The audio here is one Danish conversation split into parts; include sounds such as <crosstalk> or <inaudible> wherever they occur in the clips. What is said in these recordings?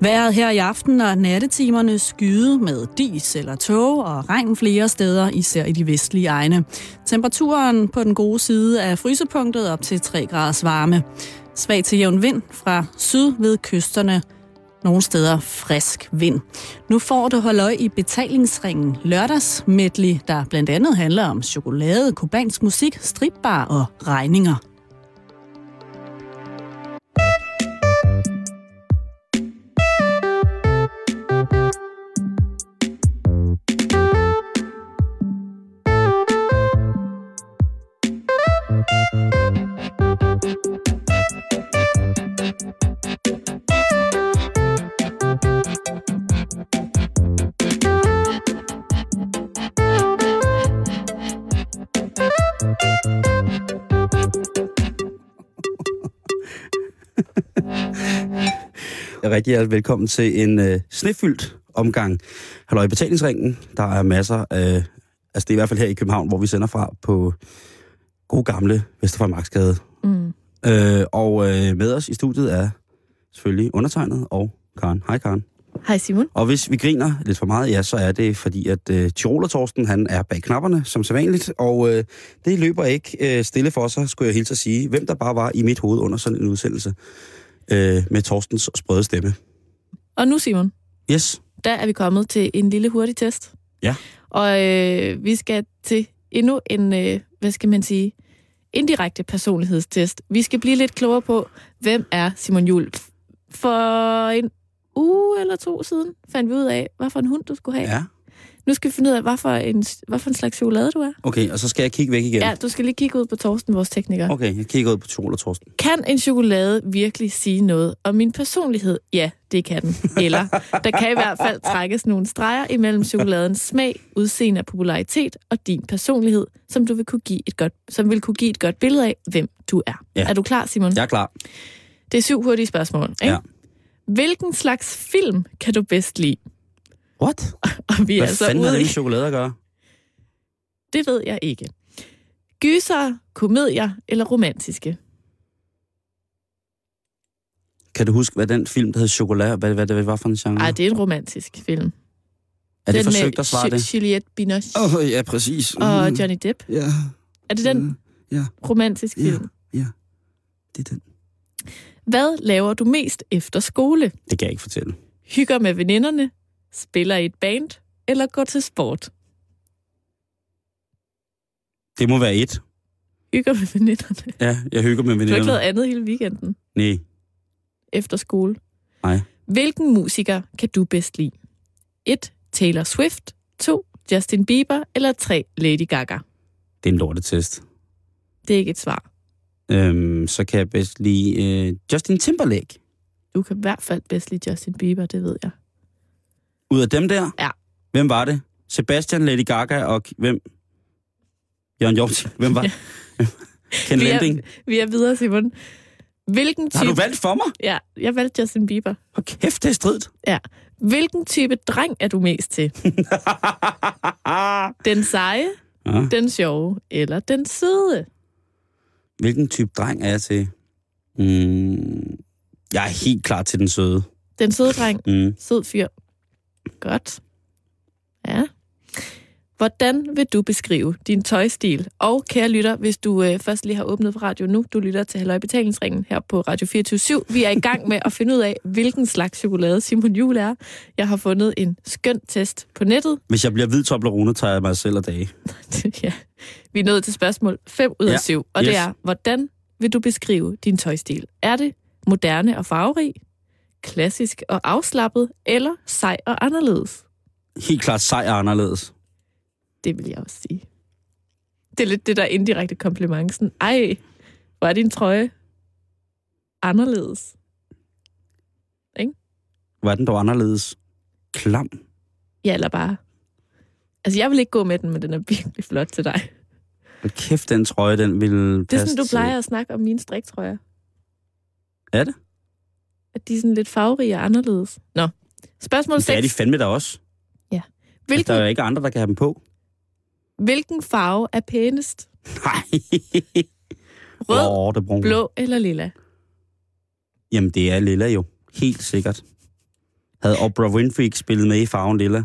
Været her i aften og nattetimerne skyde med dis eller tog og regn flere steder, især i de vestlige egne. Temperaturen på den gode side af frysepunktet op til 3 graders varme. Svag til jævn vind fra syd ved kysterne. Nogle steder frisk vind. Nu får du holde i betalingsringen lørdags medley, der blandt andet handler om chokolade, kubansk musik, stripbar og regninger. rigtig hjertelig velkommen til en øh, snefyldt omgang. Halløj i betalingsringen. Der er masser af... Altså, det er i hvert fald her i København, hvor vi sender fra på god gamle Vesterfremarksgade. Mm. Øh, og øh, med os i studiet er selvfølgelig undertegnet og Karen. Hej, Karen. Hej, Simon. Og hvis vi griner lidt for meget, ja, så er det fordi, at øh, Tiroler Torsten, han er bag knapperne, som sædvanligt, og øh, det løber ikke øh, stille for sig, skulle jeg hilse at sige. Hvem der bare var i mit hoved under sådan en udsendelse øh, med Torstens sprøde stemme. Og nu, Simon. Yes. Der er vi kommet til en lille hurtig test. Ja. Og øh, vi skal til endnu en, øh, hvad skal man sige, indirekte personlighedstest. Vi skal blive lidt klogere på, hvem er Simon Jul. For en uge eller to siden fandt vi ud af, hvad for en hund du skulle have. Ja. Nu skal vi finde ud af, hvad for en, hvad for en slags chokolade du er. Okay, og så skal jeg kigge væk igen. Ja, du skal lige kigge ud på Torsten, vores tekniker. Okay, jeg kigger ud på Tjol og Torsten. Kan en chokolade virkelig sige noget om min personlighed? Ja, det kan den. Eller, der kan i hvert fald trækkes nogle streger imellem chokoladens smag, udseende og popularitet og din personlighed, som du vil kunne give et godt, som vil kunne give et godt billede af, hvem du er. Ja. Er du klar, Simon? Jeg er klar. Det er syv hurtige spørgsmål. Ikke? Ja. Hvilken slags film kan du bedst lide? What? Og vi er Hvad altså fanden har ude det i... med chokolade at gøre? Det ved jeg ikke. Gyser, komedier eller romantiske? Kan du huske, hvad den film, der hed Chokolade, hvad, hvad det var for en genre? Nej, det er en romantisk film. er Mm. det den forsøgt med at svare Ju- det? Juliette Binoche Åh, oh, ja, præcis. og Johnny Depp. Ja. Er det den Ja, romantiske Mm. Ja. film? det er den. Hvad laver du mest efter skole? Det kan jeg ikke fortælle. Hygger med veninderne? Spiller i et band? Eller går til sport? Det må være et. Hygger med veninderne. Ja, jeg hygger med Du har ikke veninderne. lavet andet hele weekenden Nej. efter skole. Nej. Hvilken musiker kan du bedst lide? 1. Taylor Swift. 2. Justin Bieber. Eller 3. Lady Gaga. Det er en lortetest. Det er ikke et svar. Øhm, så kan jeg bedst lide øh, Justin Timberlake. Du kan i hvert fald bedst lide Justin Bieber, det ved jeg. Ud af dem der? Ja. Hvem var det? Sebastian, Lady Gaga og hvem? Jørgen Jorti. Hvem var <laughs> det? Ken Vi er- Lending. Vi er videre, Simon. Hvilken Har type... du valgt for mig? Ja, jeg valgte Justin Bieber. Hvor kæft, det er <laughs> stridt. Hvilken type dreng er du mest til? Den seje, ja. den sjove eller den søde? Hvilken type dreng er jeg til? Mm, jeg er helt klar til den søde. Den søde dreng, Mm. sød fyr. Godt. Ja. Hvordan vil du beskrive din tøjstil? Og kære lytter, hvis du øh, først lige har åbnet for radio nu, du lytter til Halløj Betalingsringen her på Radio 24 Vi er i gang med at finde ud af, hvilken slags chokolade Simon Jul er. Jeg har fundet en skøn test på nettet. Hvis jeg bliver hvid Toblerone, tager jeg mig selv og dage. <laughs> ja. Vi er nået til spørgsmål 5 ud af Ja, 7, og yes. det er, hvordan vil du beskrive din tøjstil? Er det moderne og farverig, klassisk og afslappet, eller sej og anderledes? Helt klart sej og anderledes. Det vil jeg også sige. Det er lidt det der indirekte kompliment. Sådan, Ej, hvor er din trøje anderledes? Var den dog anderledes? Klam. Ja, eller bare... Altså, jeg vil ikke gå med den, men den er virkelig flot til dig. Hold kæft, den trøje, den ville Det er passe sådan, du til- plejer at snakke om mine striktrøjer. Er det? At de er sådan lidt farverige og anderledes. Nå, spørgsmål Det er 6. de fandme der også. Hvilken? Der Hvilken, er jo ikke andre, der kan have dem på. hvilken farve er pænest? Nej. Rød, Åh, det brune. blå eller lilla? Jamen, det er lilla jo. Helt sikkert. Havde Oprah Winfrey ikke spillet med i Farven Lilla?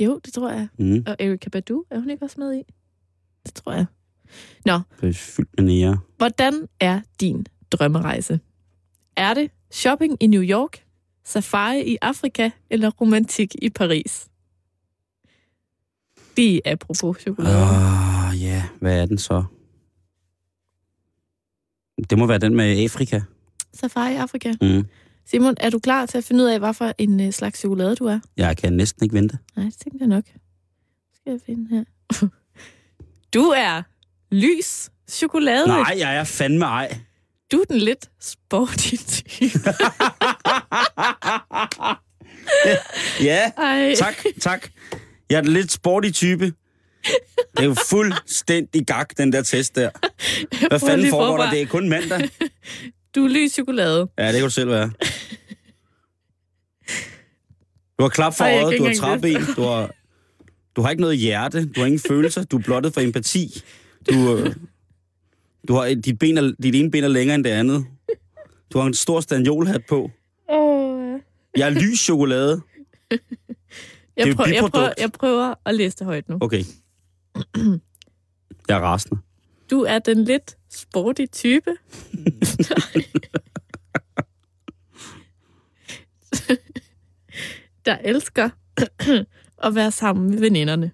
Jo, det tror jeg. Mm. Og Erika Badu, er hun ikke også med i? Det tror jeg. Nå, Det er fyldt med nære. hvordan er din drømmerejse? Er det shopping i New York, safari i Afrika eller romantik i Paris? Det er apropos chokolade. Ah. Uh. Åh, ja. Hvad er den så? Det må være den med Afrika. Safari i Afrika. Mm. Simon, er du klar til at finde ud af, hvad for en øh, slags chokolade du er? Jeg kan næsten ikke vente. Nej, det tænkte jeg nok. Skal jeg finde her? <laughs> Du er lys chokolade. Nej, jeg er fandme ej. Du er den lidt sporty type. Ja, <laughs> Ej. tak, tak. Jeg er den lidt sporty type. Det er jo fuldstændig gag, den der test der. Hvad Prøv fanden lige foregår forfra. der? Det er kun mandag. Du er lys chokolade. Ja, det kan du selv være. Du har klap for Ej, jeg kan øjet, ikke du har engang træben, du har, du har ikke noget hjerte, du har ingen følelser, du er blottet for empati. Du, øh, du har, dit, ben er, dit ene ben er længere end det andet. Du har en stor stanjolhat på. Oh. Jeg er lys chokolade. Jeg, Det er jo prøver, jeg, biprodukt. prøver, jeg prøver at læse det højt nu. Okay. Jeg er rasende. Du er den lidt sporty <laughs> type. der elsker at være sammen med veninderne.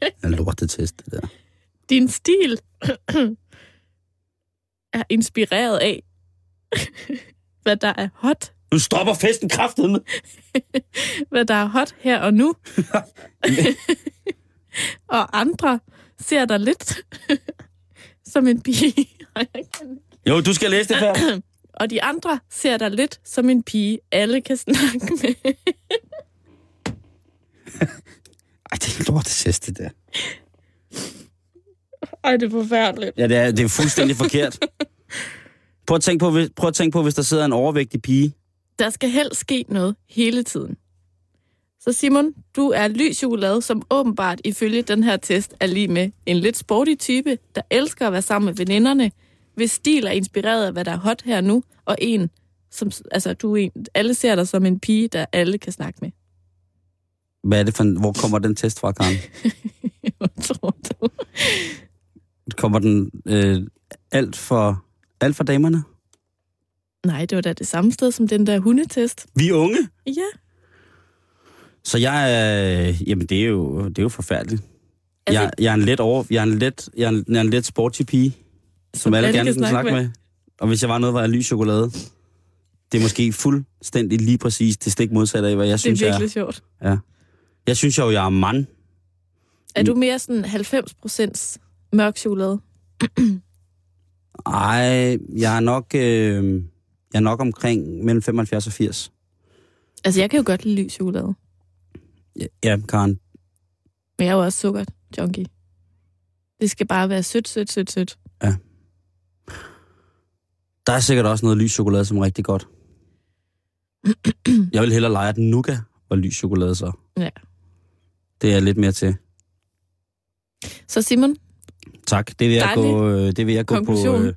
Jeg er lortet test, det der. Din stil er inspireret af, hvad der er hot, Nu stopper festen kraftedeme. hvad der er hot her og <laughs> nu. og andre ser dig lidt som en pige. Ej, jeg kan ikke. Jo, du skal læse det før. og de andre ser dig lidt som en pige, alle kan snakke med. Ej, det er lortet test, det der. Ej, det er forfærdeligt. Ja, det er, det er fuldstændig forkert. <laughs> Prøv at, tænke på, hvis, prøv at tænke på, hvis der sidder en overvægtig pige. Der skal helst ske noget hele tiden. Så Simon, du er lys chokolade, som åbenbart ifølge den her test er lige med en lidt sporty type, der elsker at være sammen med veninderne, hvis stil er inspireret af, hvad der er hot her nu, og en, som, altså du er en, alle ser dig som en pige, der alle kan snakke med. <laughs> Hvad er det for en, Hvor kommer den test fra, Karen? Hvad tror du? Kommer den øh, alt, for, alt for damerne? Nej, det var da det samme sted som den der hundetest. Vi er unge. Ja. Så jeg er... Øh, jamen, det er jo, det er jo forfærdeligt. Altså- jeg, jeg, er en let over, jeg, er en let, jeg, er en, jeg er en let sporty pige, som, som alle, alle gerne kan vil snakke, snakke med. med. Og hvis jeg var noget, var jeg lys chokolade. Det er måske fuldstændig lige præcis det stik modsatte af, hvad jeg Det er synes, jeg virkelig er. sjovt. Jeg synes jo, jeg er mand. Er du mere sådan 90% mørk chokolade? Ej, jeg er nok, øh, jeg er nok omkring mellem 75 og 80. Altså, jeg kan jo godt lide lys chokolade, Ja, Ja, Karen. men jeg er jo også sukker junkie. Det skal bare være sødt, sødt, sødt, sødt. Der er sikkert også noget lys chokolade, som er rigtig godt. jeg vil hellere lege, at nougat var lys chokolade så. Ja. Det er jeg lidt mere til. Så Simon, <laughs> Tak. Det vil jeg, Dejlig gå, øh, det vil jeg gå på... konklusion. Øh,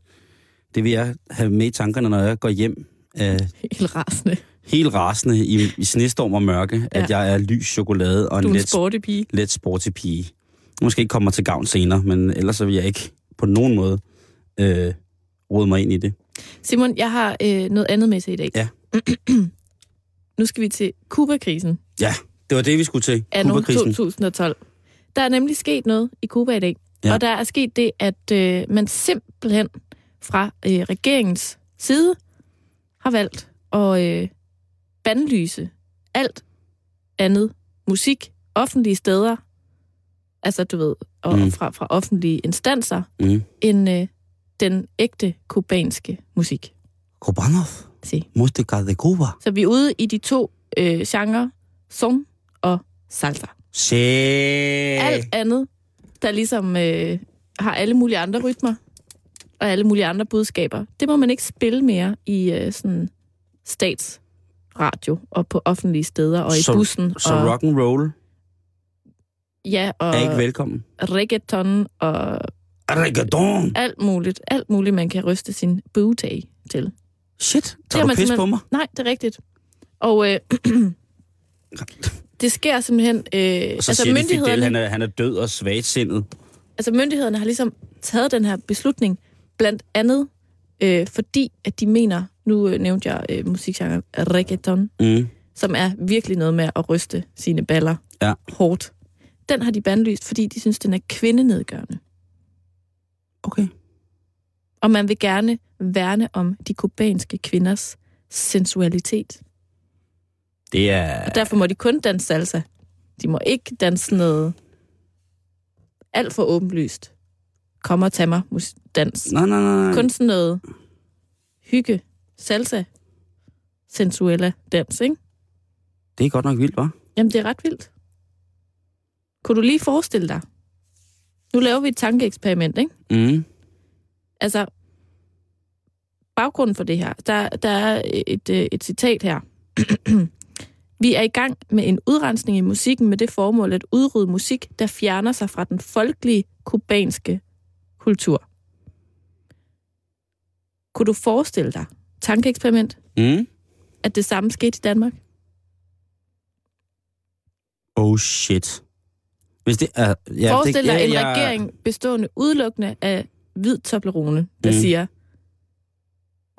det vil jeg have med i tankerne, når jeg går hjem. Øh, helt rasende. helt rasende i, i snestorm og mørke, ja. at Ja. jeg er lys chokolade og Du en er en let, sporty pige. let sporty pige. Måske ikke kommer til gavn senere, men ellers så vil jeg ikke på nogen måde øh, rode mig ind i det. Simon, jeg har øh, noget andet med til i dag. Ja. <clears throat> nu skal vi til Kuba-krisen. Ja, det var det, vi skulle til. anno Kubakrisen. 2012. Der er nemlig sket noget i Cuba i dag. Ja. Ja. Og der er sket det, at øh, man simpelthen fra øh, regeringens side har valgt at øh, bandlyse alt andet musik, offentlige steder, altså du ved, og Mm. mm. fra, fra offentlige instanser, Mm. end øh, den ægte kubanske musik. Cubanos, Se. música de Cuba. Så vi er ude i de to øh, genrer, som og salsa. Se. alt Øh. andet, der ligesom øh, har alle mulige andre rytmer og alle mulige andre budskaber, det må man ikke spille mere i øh, sådan statsradio og på offentlige steder og i Så- bussen. Så og, rock and roll Ja, og er ikke velkommen. reggaeton og Arregadon. Alt muligt. Alt muligt, man kan ryste sin booty til. Shit, Det har tager du man pis på mig? simpelthen- Nej, det er rigtigt. Og øh, <clears throat> det sker simpelthen... Øh, Og så altså, siger myndighederne... Fidel, myndighederne, han er, han er død og svagtsindet. altså, myndighederne har ligesom taget den her beslutning, blandt andet øh, fordi, at de mener... Nu øh, nævnte jeg øh, musikgenre reggaeton, Mm. som er virkelig noget med at ryste sine baller Ja. hårdt. Den har de bandlyst, fordi de synes, den er kvindenedgørende. Okay. Og man vil gerne værne om de kubanske kvinders sensualitet. Det er... Og derfor må de kun danse salsa. De må ikke danse noget alt for åbenlyst. Kom og tag mig, mus- dans. Nej, nej, nej. nej. Kun sådan noget hygge, salsa, sensuella dans, ikke? Det er godt nok vildt, hva'? Jamen, det er ret vildt. Kunne du lige forestille dig? Nu laver vi et tankeeksperiment, ikke? Mm. Altså, baggrunden for det her, der, der er et, øh, et citat her. <clears throat> vi er i gang med en udrensning i musikken med det formål at udrydde musik, der fjerner sig fra den folkelige kubanske kultur. Kunne du forestille dig, tankeeksperiment, Mm. at det samme skete i Danmark? Oh shit. Hvis det er... Ja, Ja, Forestil det, dig en jeg- regering bestående udelukkende af hvid Toblerone, der Mm. mm. siger,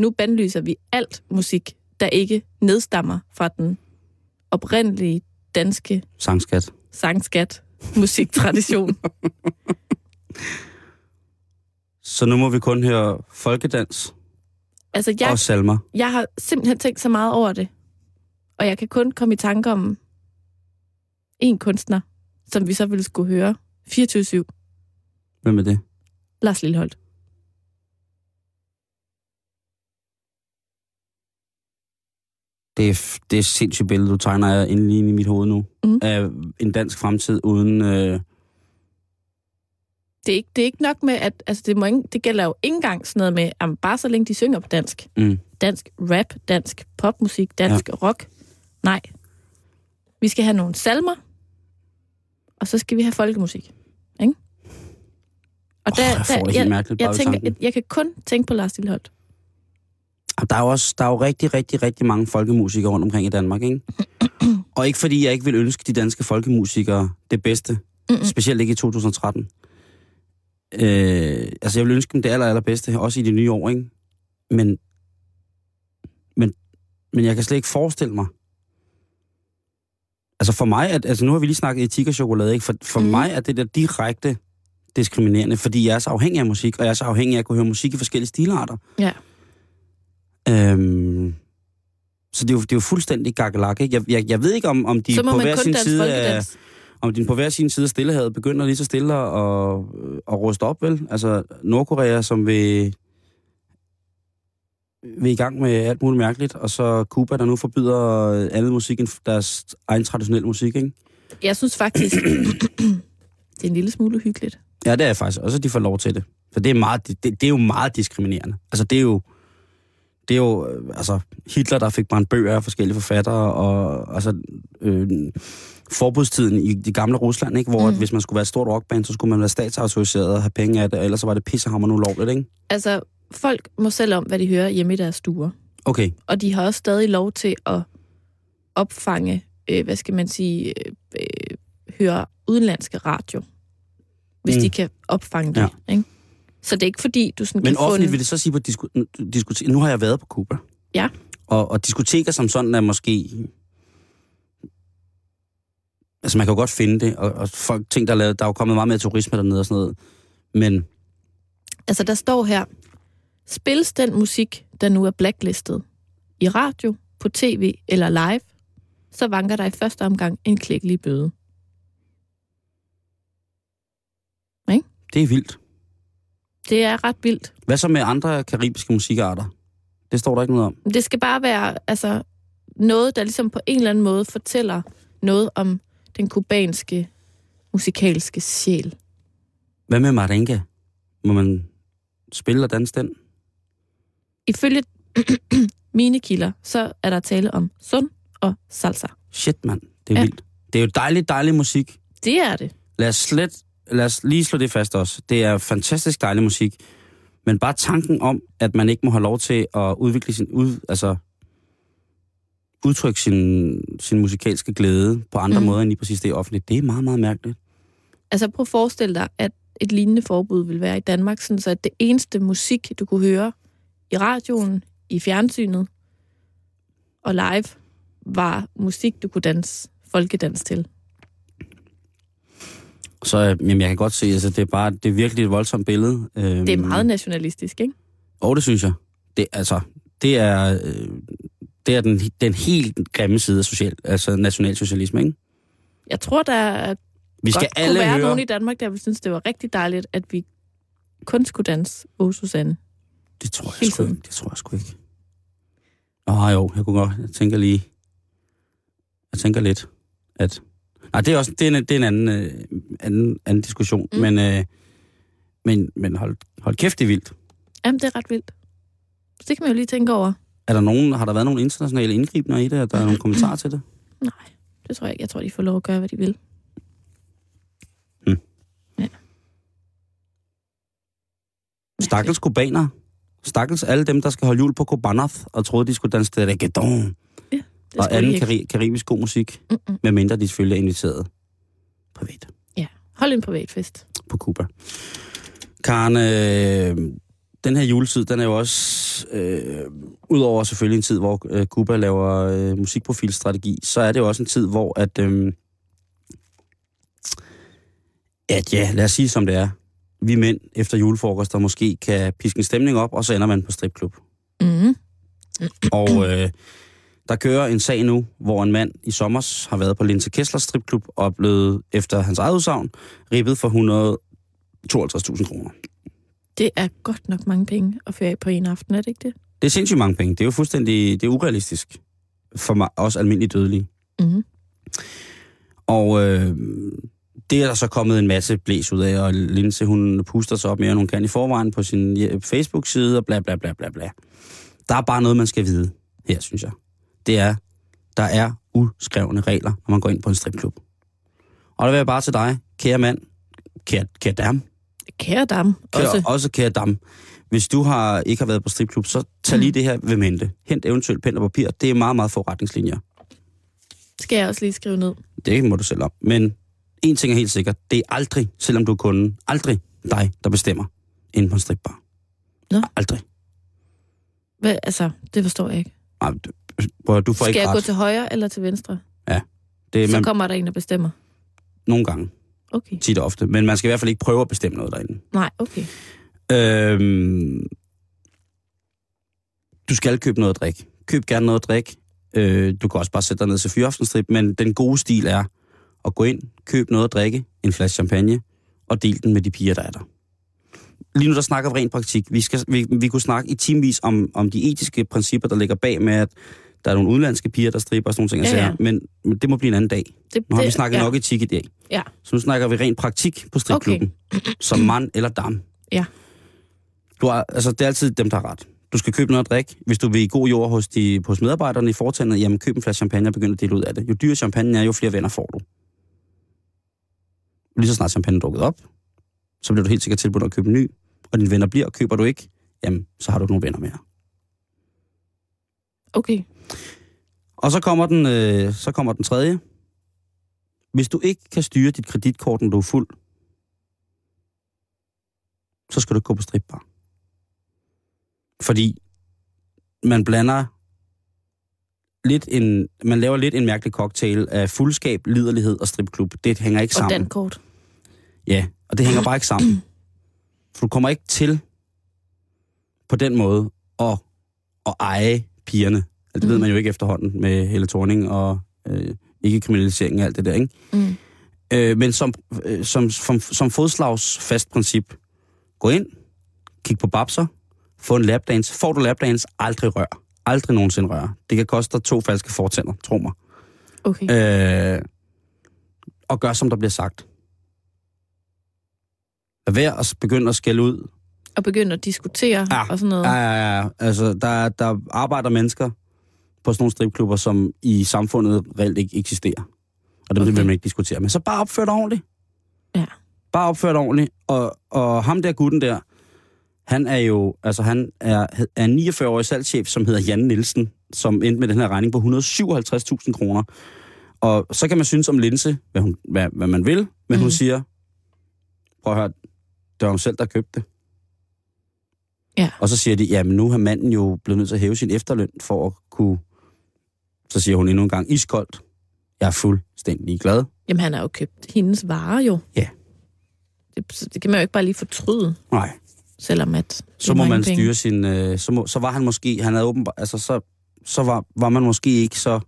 nu bandlyser vi alt musik, der ikke nedstammer fra den oprindelige danske Sangskat. sangskat <laughs> musiktradition. Så nu må vi kun høre folkedans altså, ja. jeg, og salmer. jeg har simpelthen tænkt så meget over det, og jeg kan kun komme i tanke om en kunstner, som vi så ville skulle høre 24-7, Hvem er det? Lars Lilleholdt. Det er, f- det er et sindssygt billede, du tegner af inde lige inde i mit hoved nu. Mm. Af en dansk fremtid uden... Øh, det er ikke, det er ikke nok med, at altså det, må ikke, det gælder jo ikke engang sådan noget med, at bare så længe de synger på dansk. Mm. Dansk rap, dansk popmusik, dansk ja. rock. Nej. Vi skal have nogle salmer, og så skal vi have folkemusik. Ikke? Og der, oh, jeg får det helt jeg, mærkeligt bare jeg, ved tænker, tanken. jeg, jeg kan kun tænke på Lars Lilleholdt. Og Der er jo også der er jo rigtig, rigtig, rigtig mange folkemusikere rundt omkring i Danmark, ikke? Og ikke fordi jeg ikke vil ønske de danske folkemusikere det bedste. Mm-mm. Specielt ikke i 2013. Øh, altså, jeg vil ønske dem det aller, allerbedste, også i det nye år, ikke? Men, men, men jeg kan slet ikke forestille mig. Altså for mig, at, altså nu har vi lige snakket etik og chokolade, ikke? For, for mm. Mhm. mig er det der direkte diskriminerende, fordi jeg er så afhængig af musik, og jeg er så afhængig af at kunne høre musik i forskellige stilarter. Ja. Øhm, så det er, jo, det er jo fuldstændig gakkelak, ikke? Jeg, jeg, jeg ved ikke, om, om de Så må på man hver kun sin danse side af, folkedans. om de på hver sin side af stillehavet begynder lige så stille at, at ruste op, vel? Altså Nordkorea, som vil, vil i gang med alt muligt mærkeligt, og så Cuba, der nu forbyder andet musik end deres egen traditionelle musik, ikke? Jeg synes faktisk, <clears throat> det er en lille smule hyggeligt. Ja, det er jeg faktisk. Også at de får lov til det. For det er, meget, det, det, det er jo meget diskriminerende. Altså, det er jo... Det er jo, øh, altså, Hitler, der fik brændt bøger af forskellige forfattere, og altså, øh, forbudstiden i det gamle Rusland, ikke? hvor mm. Mm. at, hvis man skulle være et stort rockband, så skulle man være statsautoriseret og have penge af det, og ellers så var det pissehammerende ulovligt, ikke? Altså, folk må selv om, hvad de hører hjemme i deres stuer. Okay, og de har også stadig lov til at opfange, øh, hvad skal man sige, øh, øh, høre udenlandske radio, hvis Mm. mm. de kan opfange det. Ja. Ikke? Så det er ikke fordi, du sådan men kan få offentligt en... vil det så sige på disko, diskotek... Nu har jeg været på Cuba. Ja. Og, og diskoteker som sådan er måske... Altså, man kan jo godt finde det, og, og folk, ting, der er lavet... Der er jo kommet meget mere turisme dernede og sådan noget. Men Altså, der står her, spilles den musik, der nu er blacklistet, i radio, på tv eller live, så vanker der i første omgang en klækkelig bøde. det er vildt. Det er ret vildt. Hvad så med andre karibiske musikarter? Det står der ikke noget om. Det skal bare være altså, noget, der ligesom på en eller anden måde fortæller noget om den kubanske musikalske sjæl. Hvad med marenga? Må man spille og danse den? Ifølge <clears throat> mine kilder, så er der tale om sund og salsa. Shit, mand. Det er ja. Ja. vildt. Det er jo dejlig, dejlig musik. Det er det. Lad os slet lad os lige slå det fast også. Det er fantastisk dejlig musik, men bare tanken om, at man ikke må have lov til at udvikle sin, ud, altså, udtrykke sin, sin musikalske glæde på andre Mm. mm. måder end lige præcis det offentlige, det er meget, meget mærkeligt. Altså prøv at forestille dig, at et lignende forbud vil være i Danmark, sådan så at det eneste musik, du kunne høre i radioen, i fjernsynet og live, var musik, du kunne danse folkedans til. Så øh, jamen, jeg kan godt se, altså, det er bare, det er virkelig et voldsomt billede. Øhm, Det er meget nationalistisk, ikke? Og det synes jeg. Det, altså, det er, øh, det er den, den helt grimme side af social, altså nationalsocialisme, ikke? Jeg tror, der Vi skal godt alle kunne være høre... nogen i Danmark, der ville synes, det var rigtig dejligt, at vi kun skulle danse Åh, Susanne. Det tror jeg Hele sgu tiden. ikke. Det tror jeg sgu ikke. Åh, jo, jeg kunne godt. Jeg tænker lige... Jeg tænker lidt, at... Nej, det er også det er en, det er en anden, øh, anden, anden diskussion, Mm. mm. men, øh, men, men hold, hold kæft, det er vildt. Jamen, det er ret vildt. Så det kan man jo lige tænke over. Er der nogen, har der været nogle internationale indgribener i det? Er der nogle kommentarer til det? Nej, det tror jeg ikke. Jeg tror, de får lov at gøre, hvad de vil. Mm. Ja. Stakkels kubaner. Stakkels alle dem, der skal holde jul på Kobanath, og troede, de skulle danse til reggaeton Det og skulle de anden ikke. kari- karibisk god musik, Mm-mm. medmindre de selvfølgelig er inviteret privat. Hold en privatfest. på Cuba. Karen, øh, den her juletid, den er jo også, øh, udover selvfølgelig en tid, hvor øh, Cuba laver øh, musikprofilstrategi, så er det jo også en tid, hvor at, øh, at ja, lad os sige som det er, vi mænd efter julefrokoster måske kan piske en stemning op, og så ender man på stripklub. Mm. Og øh, der kører en sag nu, hvor en mand i sommer har været på Linse Kesslers stripklub og er blevet, efter hans eget udsagn, ribbet for 152.000 kroner. Det er godt nok mange penge at føre af på en aften, er det ikke det? Det er sindssygt mange penge. Det er jo fuldstændig det er urealistisk for mig, også almindelige dødelige. Mm. Og øh, det er der så kommet en masse blæs ud af, og Linse, hun puster sig op mere, end hun kan i forvejen på sin je- Facebook-side, og bla bla bla bla bla. Der er bare noget, man skal vide her, synes jeg. Det er, der er uskrevne regler, når man går ind på en stripklub. Og der vil jeg bare til dig, kære mand, kære, kære dam, Kære dam, Kære, også. også. også kære dam. Hvis du har, ikke har været på stripklub, så tag lige det her ved mente. Hent eventuelt pen og papir. Det er meget, meget få retningslinjer. Skal jeg også lige skrive ned. Det må du selv om. Men en ting er helt sikkert. Det er aldrig, selvom du er kunden, aldrig dig, der bestemmer inde på en stripbar. Nå. Aldrig. Hvad, altså, det forstår jeg ikke. Nej, du- prøv at- du får Skal ikke jeg ret. gå til højre eller til venstre? Det er Så man, kommer der en, der bestemmer. nogle gange, Okay. tit og ofte. Men man skal i hvert fald ikke prøve at bestemme noget derinde. Nej, okay. Øhm, du skal købe noget at drikke. Køb gerne noget at drikke. Øh, du kan også bare sætte dig ned til fyraftenstrip, men den gode stil er at gå ind, køb noget at drikke, en flaske champagne, og del den med de piger, der er der. Lige nu der snakker vi rent praktik. Vi, skal, vi, vi kunne snakke i timevis om, om de etiske principper, der ligger bag med, at der er nogle udenlandske piger, der stripper og sådan nogle ting. Ja, Ja, ja. ja. Men, men det må blive en anden dag. Det, Nu har det, vi snakket ja. ja. nok etik i dag. Ja. Så nu snakker vi rent praktik på stripklubben. Okay. Som mand eller dam. Ja. Du har, altså, det er altid dem, der har ret. Du skal købe noget at drikke. Hvis du vil i god jord hos, de, hos medarbejderne i foretagendet, jamen køb en flaske champagne og begynd at dele ud af det. Jo dyrere champagne er, jo flere venner får du. Lige så snart champagne er drukket op, så bliver du helt sikkert tilbudt at købe en ny. Og dine venner bliver, køber du ikke, jamen så har du ikke nogen venner mere. Okay. Og så kommer den, øh, så kommer den tredje. Hvis du ikke kan styre dit kreditkort, når du er fuld, så skal du ikke gå på stripbar. Fordi man blander lidt en, man laver lidt en mærkelig cocktail af fuldskab, liderlighed og stripklub. Det hænger ikke Og sammen. dankort. Ja, og det hænger bare ikke sammen. For du kommer ikke til på den måde at, at eje pigerne. Altså, det ved Mhm. man jo ikke efterhånden med Helle Thorning og øh, ikke kriminalisering og alt det der, ikke? Mm. Øh, men som, øh, som, som, som fodslags fast princip, gå ind, kig på babser, få en lapdance. Får du lapdance, aldrig rør. Aldrig nogensinde rør. Det kan koste dig to falske fortænder, tro mig. Okay. Øh, og gør, som der bliver sagt. Lad være at begynde at skælde ud. Og begynde at diskutere Ah, og sådan noget. Ja, ja, ja. Altså, der, der arbejder mennesker på sådan nogle stripklubber, som i samfundet reelt ikke eksisterer. Og dem okay. Okay. vil man ikke diskutere med. Så bare opfør dig ordentligt. Ja. Bare opfør dig ordentligt. Og, og ham der gutten der, han er jo, altså han er, er en 49-årig salgschef, som hedder Jan Nielsen, som endte med den her regning på 157.000 kroner. Og så kan man synes om Linse, hvad, hun, hvad, hvad man vil, men mm. Mhm. hun siger, prøv at høre, det var hun selv, der købte det. Ja. Og så siger de, jamen nu har manden jo blevet nødt til at hæve sin efterløn for at kunne... Så siger hun endnu en gang, iskoldt. Jeg er fuldstændig glad. Jamen, han har jo købt hendes varer jo. Ja. Det, så det kan man jo ikke bare lige fortryde, Nej. selvom at... det så er må mange man penge. styre sin... Øh, så, må, så var han måske... Han havde åbenbart... Altså, så, så var, var man måske ikke så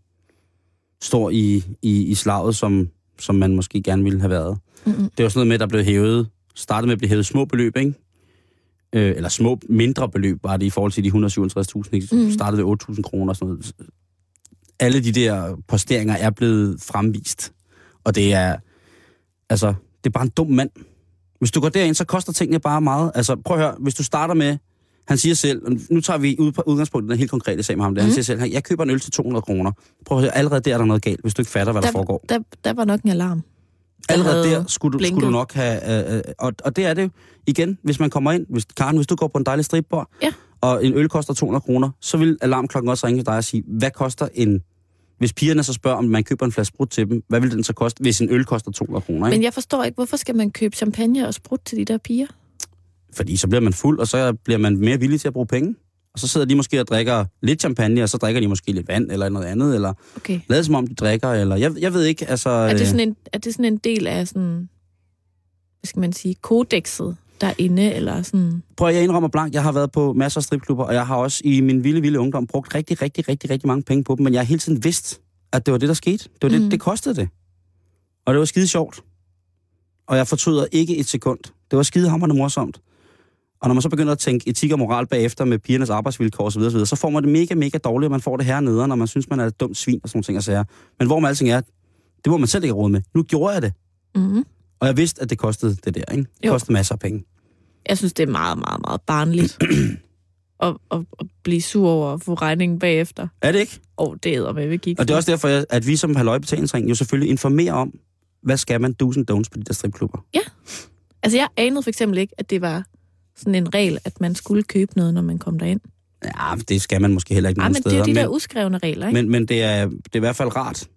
stor i, i, i slaget, som, som man måske gerne ville have været. Mm-mm. Det var sådan noget med, at der blev hævet... Startede med at blive hævet små beløb, ikke? Øh, eller små, mindre beløb var det i forhold til de 157.000. Ikke? Mm. Mm. Startede ved 8.000 kroner og sådan noget. Alle de der posteringer er blevet fremvist. Og det er... Altså, det er bare en dum mand. Hvis du går derind, så koster tingene bare meget. Altså, prøv at høre, hvis du starter med, han siger selv, og nu tager vi ud på udgangspunkt i den her helt konkrete sag med ham, der. han Mhm. siger selv, jeg køber en øl til 200 kroner. Prøv at høre, allerede der er der noget galt, hvis du ikke fatter, hvad der, Der- der foregår. Der, der var nok en alarm. Allerede havde der skulle du, blinket. skulle du nok have... Øh, øh, og, og det er det jo. Igen, hvis man kommer ind... Hvis, Karen, hvis du går på en dejlig stripbar, Ja. og en øl koster 200 kroner, så vil alarmklokken også ringe til dig og sige, hvad koster en... Hvis pigerne så spørger, om man køber en flaske sprut til dem, hvad vil den så koste, hvis en øl koster 200 kroner? Ikke? Men jeg forstår ikke, hvorfor skal man købe champagne og sprut til de der piger? Fordi så bliver man fuld, og så bliver man mere villig til at bruge penge. Og så sidder de måske og drikker lidt champagne, og så drikker de måske lidt vand eller noget andet, eller Okay. lader som om de drikker, eller jeg, jeg ved ikke, altså... Er det, øh, sådan en, er det sådan en del af sådan... Hvad skal man sige? Kodexet derinde, eller sådan... Prøv at jeg indrømmer blank, jeg har været på masser af stripklubber, og jeg har også i min vilde, vilde ungdom brugt rigtig, rigtig, rigtig, rigtig mange penge på dem, men jeg har hele tiden vidst, at det var det, der skete. Det var det, Mhm. mm. det kostede det. Og det var skide sjovt. Og jeg fortryder ikke et sekund. Det var skide hammerende morsomt. Og når man så begynder at tænke etik og moral bagefter med pigernes arbejdsvilkår osv., osv., så får man det mega, mega dårligt, og man får det her nede, når man synes, man er et dumt svin og sådan nogle ting og sager. Men hvor man alting er, det må man selv ikke råd med. Nu gjorde jeg det, Mm-hmm. og jeg vidste, at det kostede det der, ikke? Det Jo. kostede masser af penge. Jeg synes, det er meget, meget, meget <clears throat> barnligt at, at, at blive sur over at få regningen bagefter. Er det ikke? Og det æder med, vi gik. Og det er også derfor, jeg- at vi som halvøjebetalingsring jo selvfølgelig informerer om, hvad skal man do's and don'ts på de der stripklubber. Altså, jeg anede for eksempel ikke, at det var sådan en regel, at man skulle købe noget, når man kom derind. Ja, det skal man måske heller ikke Nej, nogen men det er steder. jo de der men, uskrevne regler, ikke? men, men det, er, det er i hvert fald rart.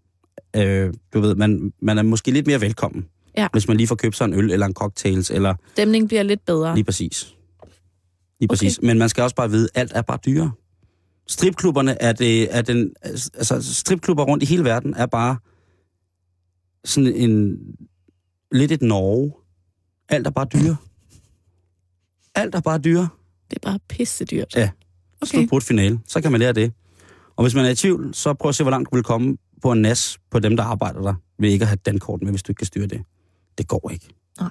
Øh, du ved, man, man er måske lidt mere velkommen, Ja. hvis man lige får købt sig en øl eller en cocktails, eller Stemningen bliver lidt bedre. lige præcis. Lige præcis. Men man skal også bare vide, at alt er bare dyrere. Stripklubberne er det, er den, altså stripklubber rundt i hele verden er bare sådan en, lidt et Norge. Alt er bare dyre. Alt er bare dyre. Det er bare pisse dyrt. Ja. Okay. Okay. Slut brudt finale. Så kan man lære det. Og hvis man er i tvivl, så prøv at se, hvor langt du vil komme på en nas på dem, der arbejder der, ved ikke at have dankort med, hvis du ikke kan styre det. Det går ikke. Nej.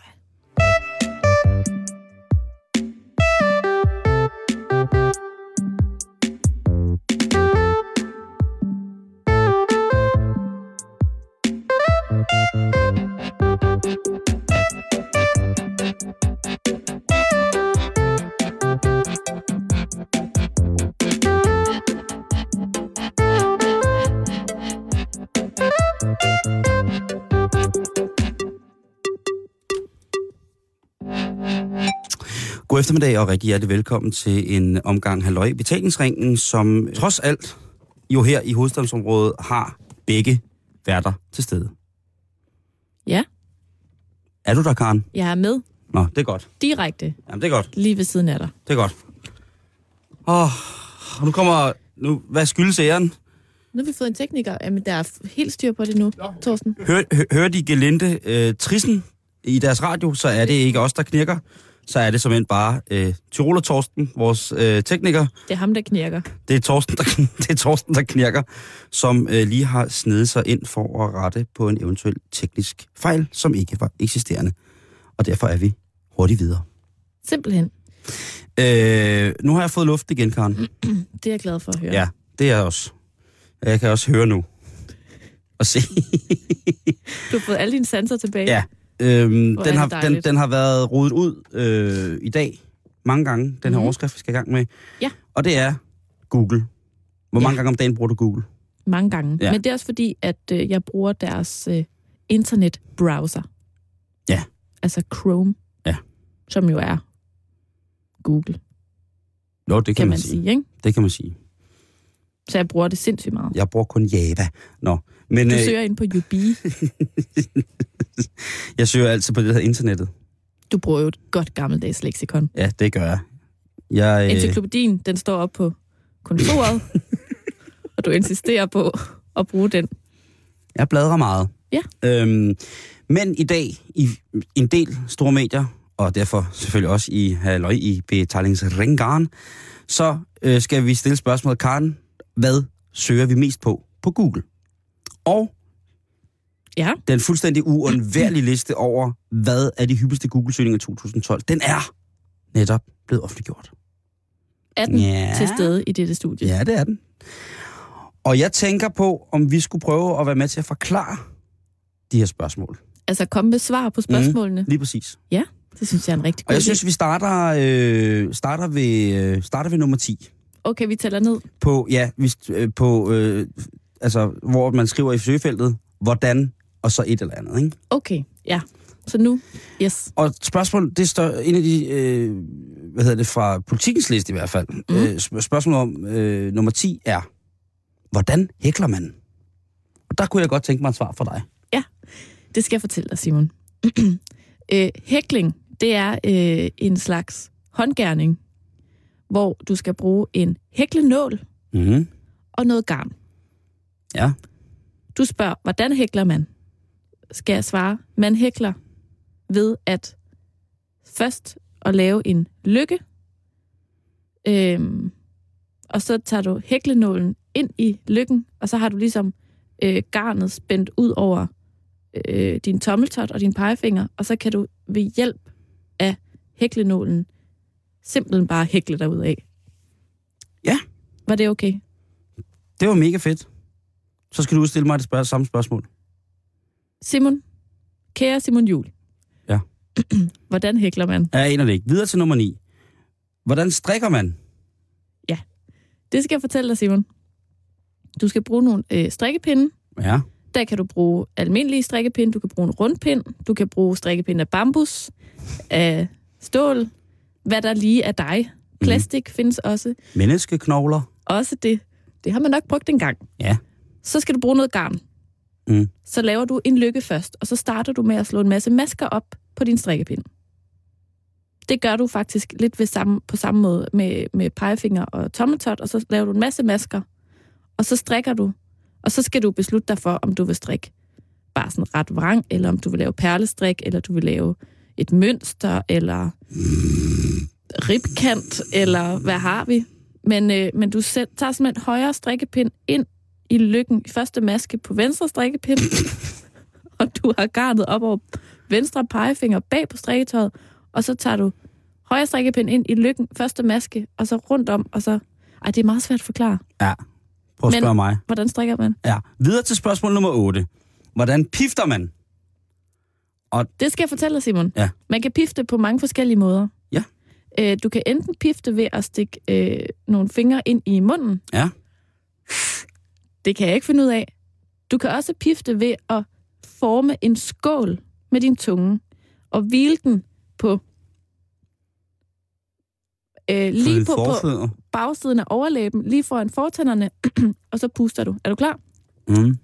God eftermiddag og rigtig hjertelig velkommen til en omgang Halløj i Betalingsringen, som trods alt jo her i hovedstadsområdet har begge værter til stede. Ja. Er du der, Karen? Jeg er med Nå, det er godt. direkte Jamen, det er godt. lige ved siden af dig. Det er godt. Åh, og nu kommer... Nu, hvad skyldes æren? Nu har vi fået en tekniker. Jamen, der er f- helt styr på det nu, Thorsten. Hør, hø, hører de gelinde øh, trissen i deres radio, så er det ikke os, der knirker. Så er det simpelthen bare øh, Tyroler Torsten, vores øh, tekniker, Det er ham, der knirker. Det er Torsten, der, <laughs> det er Torsten, der knirker, som øh, lige har snedet sig ind for at rette på en eventuel teknisk fejl, som ikke var eksisterende. Og derfor er vi hurtigt videre. Simpelthen. Øh, nu har jeg fået luft igen, Karen. Mm. Det er jeg glad for at høre. Ja, det er jeg også. Jeg kan også høre nu. Og se. <laughs> Du har fået alle dine sanser tilbage. Ja. Øhm, Hvor er den, det har, den, dejligt. den har været rodet ud øh, i dag mange gange, den her Mhm. overskrift, vi skal i gang med. Ja. Og det er Google. Hvor Ja. mange gange om dagen bruger du Google? Mange gange. Ja. Men det er også fordi, at øh, jeg bruger deres øh, internetbrowser. altså Chrome, Ja. som jo er Google, kan, Jo, det kan, kan man sige. sige ikke? Det kan man sige. Så jeg bruger det sindssygt meget. Jeg bruger kun Java. Nå, men Du øh, søger ind på Ubi. jeg søger altid på det her internettet. Du bruger jo et godt gammeldags leksikon. Ja, det gør jeg. Jeg, øh, Encyklopædien, den står op på <laughs> kontoret, og du insisterer på at bruge den. jeg bladrer meget. Ja. Øhm, men i dag, i en del store medier, og derfor selvfølgelig også i Halløj i Betalingsringaren, så øh, skal vi stille spørgsmålet, Karen, hvad søger vi mest på på Google? Og Ja, den fuldstændig <clears throat> uundværlige liste over, hvad er de hyppigste Google-søgninger i 2012, den er netop blevet offentliggjort. er den Ja. til stede i dette studie? Ja, det er den. Og jeg tænker på, om vi skulle prøve at være med til at forklare de her spørgsmål. Altså kom med svar på spørgsmålene. Lige præcis. Det synes jeg er en rigtig Mm. Og god jeg idé. synes, vi starter, øh, starter, ved, øh, starter ved nummer 10. Okay, vi tæller ned. På, ja, vi, øh, på, øh, altså, hvor man skriver i søgefeltet, hvordan, og så et eller andet. Ikke? Okay, ja. Så nu, yes. Og spørgsmålet, det står en af de, øh, hvad hedder det, fra politikens liste i hvert fald. Mm. Øh, sp- spørgsmålet om øh, nummer 10 er, hvordan hækler man? Og der kunne jeg godt tænke mig et svar fra dig. Det skal jeg fortælle dig, Simon. <clears throat> øh, hækling, det er øh, en slags håndgærning, hvor du skal bruge en hæklenål Mm-hmm. og noget garn. Ja. Du spørger, hvordan hækler man? Skal jeg svare, man hækler ved at først at lave en lykke, øhm, og så tager du hæklenålen ind i lykken, og så har du ligesom øh, garnet spændt ud over øh, din tommeltot og din pegefinger, og så kan du ved hjælp af hæklenålen simpelthen bare hækle dig ud af. Ja. Var det okay? Det var mega fedt. Så skal du udstille mig det spørg- samme spørgsmål. Simon, kære Simon Jul. Ja. <clears throat> Hvordan hækler man? Ja, jeg aner det ikke. Videre til nummer 9. Hvordan strikker man? Det skal jeg fortælle dig, Simon. Du skal bruge nogle øh, strikkepinde. Ja. Der kan du bruge almindelige strikkepinde, du kan bruge en rundpind, du kan bruge strikkepinde af bambus, af stål, hvad der lige er dig. Plastik mm. findes også. Menneskeknogler. Også det. Det har man nok brugt en gang. Ja. Så skal du bruge noget garn. Mm. Så laver du en lykke først, og så starter du med at slå en masse masker op på din strikkepind. Det gør du faktisk lidt ved samme, på samme måde med, med pegefinger og tommeltot, og så laver du en masse masker, og så strikker du, og så skal du beslutte dig for, om du vil strikke bare sådan ret vrang, eller om du vil lave perlestrik, eller du vil lave et mønster, eller Mm. ribkant, eller hvad har vi? Men, øh, men du sæt, tager simpelthen højre strikkepind ind i lykken. Første maske på venstre strikkepind. og du har garnet op over venstre pegefinger bag på strikketøjet. Og så tager du højre strikkepind ind i lykken. Første maske, og så rundt om, og så... Ej, det er meget svært at forklare. Ja. Prøv at Men- spørge mig. Hvordan strikker man? Ja. Videre til spørgsmål nummer 8. Hvordan pifter man? Det skal jeg fortælle dig, Simon. Ja. Man kan pifte på mange forskellige måder. Ja. Øh, du kan enten pifte ved at stikke øh, nogle fingre ind i munden. Ja. Det kan jeg ikke finde ud af. Du kan også pifte ved at forme en skål med din tunge og hvile den på øh, lige på, på Forfødder. bagsiden af overlæben, lige foran fortænderne, <clears throat> og så puster du. Er du klar? Mm.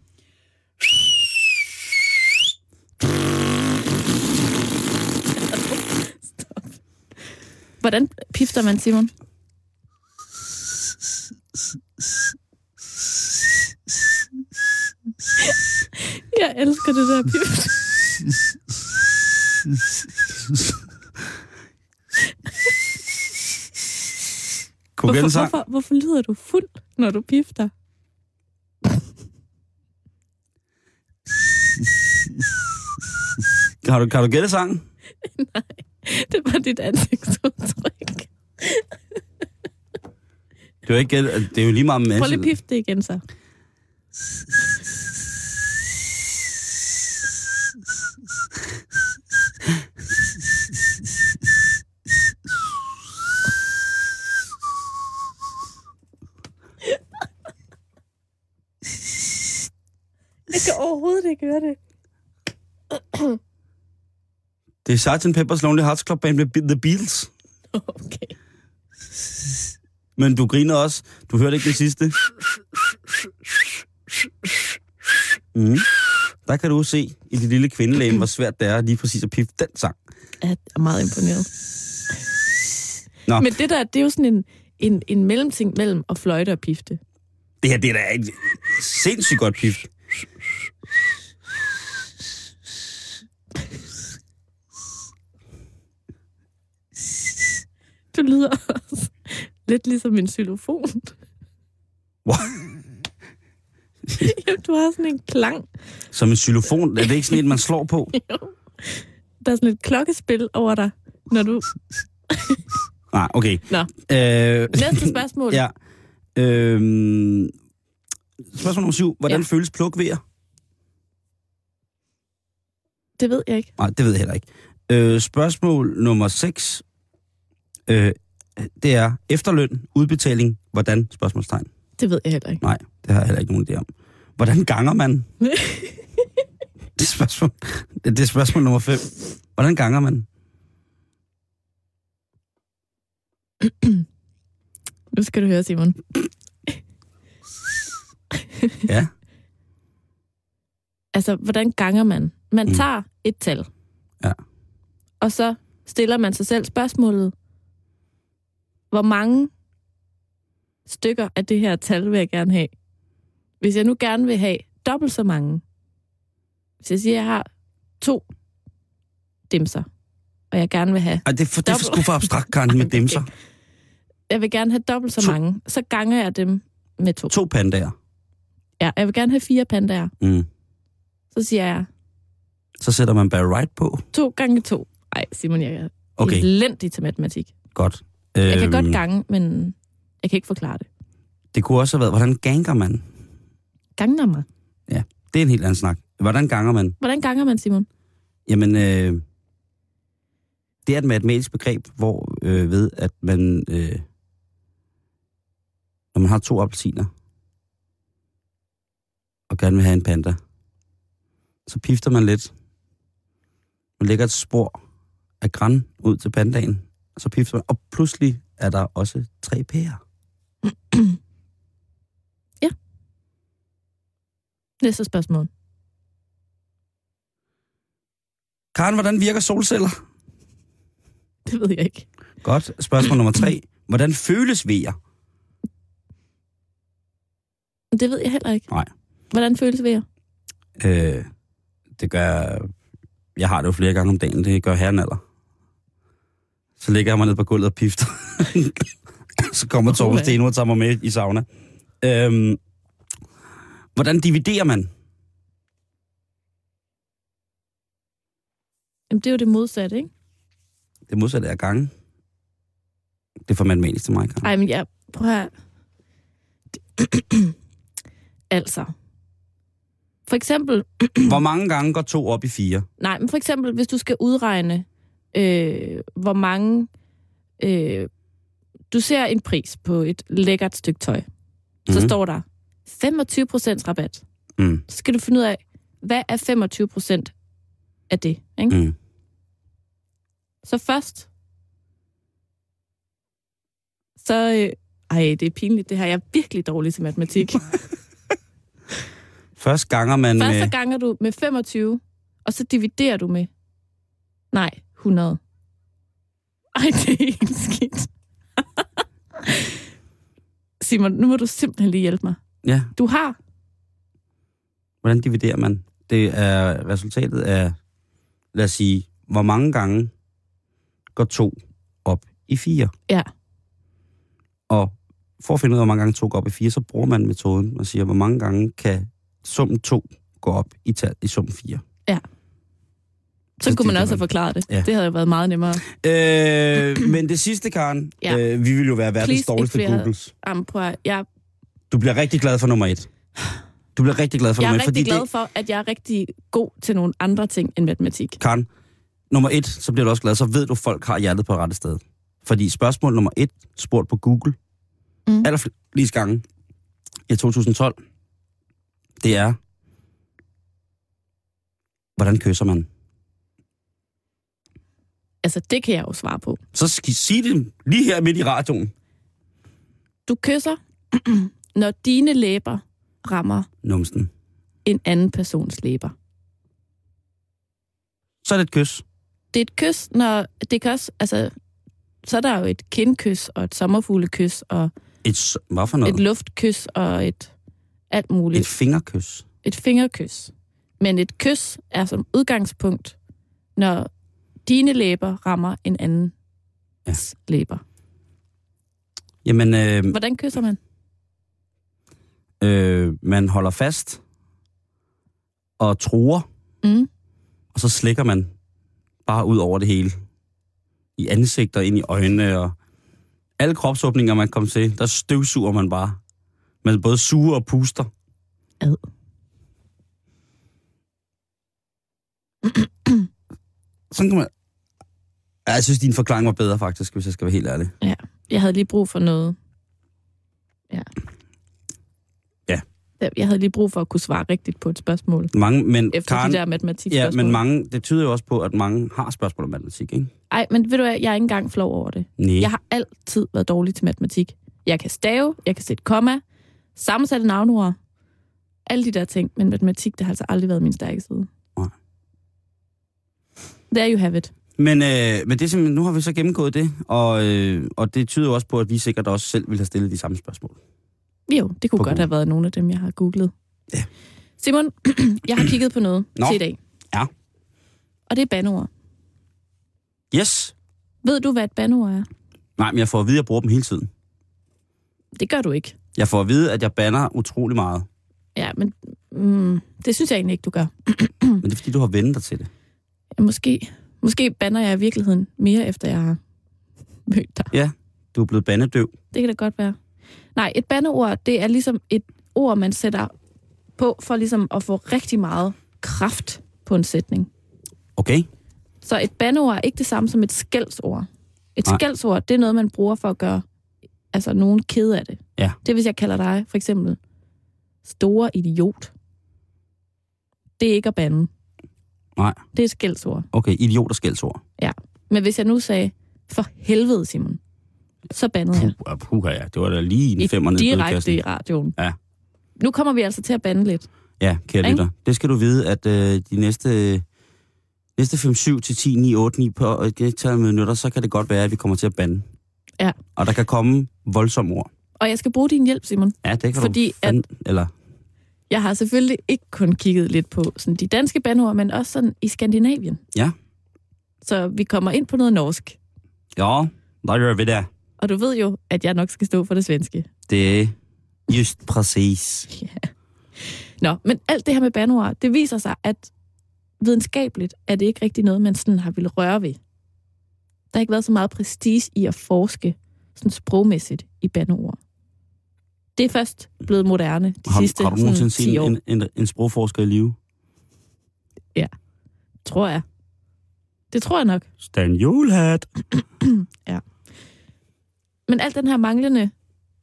Hvordan pifter man, Simon? <laughs> Jeg elsker det der pift. Kunne du Hvorfor, gætte hvorfor, hvorfor lyder du fuld, når du pifter? sang? Har du, kan du gætte sangen? Det var dit ansigtsudtryk. Det er jo, ikke gætte, det er jo lige meget med Prøv lige at pifte det igen så. Jeg kan overhovedet ikke høre det. Det er Sgt. Pepper's Lonely Hearts Club Band med Be- The Beatles. Okay. Men du griner også. Du hørte ikke det sidste. Mm. Der kan du se i dit lille kvindelæge, hvor svært det er lige præcis at piffe den sang. Jeg er meget imponeret. Nå. Nå. Men det der, det er jo sådan en, en, en mellemting mellem at fløjte og pifte. Det her, det er da et sindssygt godt pift. Du lyder også lidt ligesom en xylofon. What? Jamen, du har sådan en klang. Som en xylofon. Er det ikke sådan en, man slår på? Der er sådan et klokkespil over dig, når <laughs> du... Nej, okay. Nå. Øh, Næste <laughs> spørgsmål. ja. Øh, spørgsmål nummer syv. Hvordan ja. føles plukvejer? Det ved jeg ikke. Nej, det ved jeg heller ikke. Øh, spørgsmål nummer 6. Øh, det er efterløn, udbetaling, hvordan? Spørgsmålstegn. Det ved jeg heller ikke. Nej, det har jeg heller ikke nogen idé om. Hvordan ganger <laughs> man? det, er spørgsmål, det er spørgsmål nummer 5. Hvordan ganger man? Nu skal du høre, Simon. <laughs> Ja. Altså, hvordan ganger man? Man Mm. mm. tager et tal. Ja. Og så stiller man sig selv spørgsmålet, hvor mange stykker af det her tal vil jeg gerne have? Hvis jeg nu gerne vil have dobbelt så mange, hvis jeg siger, at jeg har to dimser, og jeg gerne vil have, Ej, det er for, det er for Dobbelt. sgu for abstrakt, Karen, med <laughs> dem så. jeg vil gerne have dobbelt så To. mange, så ganger jeg dem med to. To pandaer. Ja, jeg vil gerne have fire pandaer. Mm. Så siger jeg Så sætter man bare right på. to gange to. Ej, Simon, jeg er okay. Okay, elendig til matematik. godt. Jeg kan Øhm, godt gange, men jeg kan ikke forklare det. Det kunne også have været, hvordan ganger man? Ganger mig. Det er en helt anden snak. Hvordan ganger man? Hvordan ganger man, Simon? Jamen, øh, det er et matematisk begreb, hvor øh, ved, at man, øh, når man har to appelsiner, og gerne vil have en panda, så pifter man lidt. Man lægger et spor af græn ud til pandaen, og så pifter man, og pludselig er der også tre pærer. Næste spørgsmål. <laughs> Karen, hvordan virker solceller? Det ved jeg ikke. Godt. Spørgsmål nummer tre. Hvordan føles vejer? Det ved jeg heller ikke. Nej. Hvordan føles det Øh, det gør... Jeg har det jo flere gange om dagen, det gør herren alder. Så ligger jeg mig ned på gulvet og pifter. <laughs> så kommer Torben Uha. Steno og tager mig med i sauna. Øhm, hvordan dividerer man? Jamen, det er jo det modsatte, ikke? Det modsatte er gange. Det er for matematisk til mig, Karen. Ej, men jeg... Prøv her. <clears throat> altså. For eksempel... Hvor mange gange går to op i fire? Nej, men for eksempel, hvis du skal udregne, øh, hvor mange... Øh, du ser en pris på et lækkert stykke tøj. Så Mhm. står der 25% rabat. Mm, Så skal du finde ud af, hvad er 25% af det? Ikke? mm. Så først... Så... Øh, ej, det er pinligt det her. Jeg er virkelig dårlig til matematik. Først ganger man... Først så Med, ganger du med 25, og så dividerer du med... Nej, 100. Ej, det er helt skidt. <laughs> Simon, nu må du simpelthen lige hjælpe mig. ja, Du har... hvordan dividerer man? Det er resultatet af, lad os sige, hvor mange gange går to op i fire. Ja. Og for at finde ud af, hvor mange gange 2 går op i 4, så bruger man metoden og siger, hvor mange gange kan summen 2 gå op i, tal, i summen 4. Så kunne det man kan også have man. forklaret det. Ja. Det havde jo været meget nemmere. <clears throat> Øh, men det sidste, Karen, Ja. øh, vi vil jo være verdens Please, ikke dårligste flere. Googles. Jamen, prøv at, jeg, Du bliver rigtig glad for nummer 1. Du bliver rigtig glad for jeg nummer er 1, fordi rigtig glad det, for, at jeg er rigtig god til nogle andre ting end matematik. Karen, nummer 1, så bliver du også glad, så ved du, at folk har hjertet på rette sted. Fordi spørgsmål nummer 1, spurgt på Google, mm. Mm. allerflest gange i 2012, det er, hvordan kysser man? Altså, det kan jeg jo svare på. Så skal I sige det lige her midt i radioen. Du kysser, <clears throat> når dine læber rammer Numsen. en anden persons læber. Så er det et kys. Det er et kys, når... Det kan også... Altså, så er der jo et kindkys, og et sommerfuglekys, og Et, s- hvad for et noget? luftkys, og et alt muligt. Et fingerkys. et fingerkys. Men et kys er som udgangspunkt, når dine læber rammer en anden Ja. ja. læber. Jamen, øh, Hvordan kysser man? øh, man holder fast og truer, Mm. og så slikker man bare ud over det hele. I ansigter, ind i øjnene og alle kropsåbninger, man kommer til, der støvsuger man bare. Man både suger og puster. Ad. Sådan kan man... Ja, Jeg synes, din forklaring var bedre, faktisk, hvis jeg skal være helt ærlig. Jeg havde lige brug for noget. Ja. Ja. Jeg havde lige brug for at kunne svare rigtigt på et spørgsmål. Mange, men Efter Karen, de der matematik ja, men mange, det tyder jo også på, at mange har spørgsmål om matematik, ikke? Ej, men ved du hvad, jeg er ikke engang flov over det. Nej. Jeg har altid været dårlig til matematik. Jeg kan stave, jeg kan sætte komma, sammensatte navnord, alle de der ting, men matematik, det har altså aldrig været min stærke side. Nej. There you have it. Men, øh, men det er simpelthen, nu har vi så gennemgået det, og, øh, og det tyder jo også på, at vi sikkert også selv ville have stillet de samme spørgsmål. Jo, det kunne På godt Google. have været nogle af dem, jeg har googlet. Ja. Simon, <clears throat> jeg har kigget på noget Nå. til i dag. Ja. Og det er banord. Yes! Ved du, hvad et banord er? Nej, men jeg får at vide, at jeg bruger dem hele tiden. Det gør du ikke. Jeg får at vide, at jeg banner utrolig meget. Ja, men mm, det synes jeg egentlig ikke, du gør. Mm. Men det er, fordi du har vendt dig til det. Ja, Måske, måske banner jeg i virkeligheden mere, efter jeg har <laughs> mødt dig. Du er blevet bandedøv. Det kan da godt være. Nej, et bandeord, det er ligesom et ord, man sætter på for ligesom at få rigtig meget kraft på en sætning. Okay? Så et bandeord er ikke det samme som et skældsord. Et Nej. skældsord, det er noget, man bruger for at gøre altså, nogen ked af det. Ja. Det er, hvis jeg kalder dig for eksempel store idiot. Det er ikke at bande. Nej. Det er et skældsord. Okay, idiot og skældsord. Men hvis jeg nu sagde, for helvede, Simon, så <laughs> bandede jeg. Puh, puh, ja, det var da lige en I femmer ned i Mm. direkte brødkassen. i radioen. Ja. Nu kommer vi altså til at bande lidt. Ja, kære Ikke? lytter. Det skal du vide, at øh, de næste, næste 5, 7 til 10, 9, 8, 9 på et antal minutter, så kan det godt være, at vi kommer til at bande. Ja. Og der kan komme voldsomme ord. Og jeg skal bruge din hjælp, Simon. Ja, det kan Fordi du fand... at... Eller, Jeg har selvfølgelig ikke kun kigget lidt på sådan de danske bandeord, men også sådan i Skandinavien. Ja. Så vi kommer ind på noget norsk. ja, der gør vi det. Og du ved jo, at jeg nok skal stå for det svenske. Det er just præcis. <laughs> Nå, men alt det her med bandeord, det viser sig, at videnskabeligt er det ikke rigtig noget, man sådan har ville røre ved. Der har ikke været så meget prestige i at forske sådan sprogmæssigt i bandeord. Det er først blevet moderne de sidste Har, har du nogensinde sådan, 10 set år, en, en, en sprogforsker i live? tror jeg. Det tror jeg nok. Stan Julhat. Men al den her manglende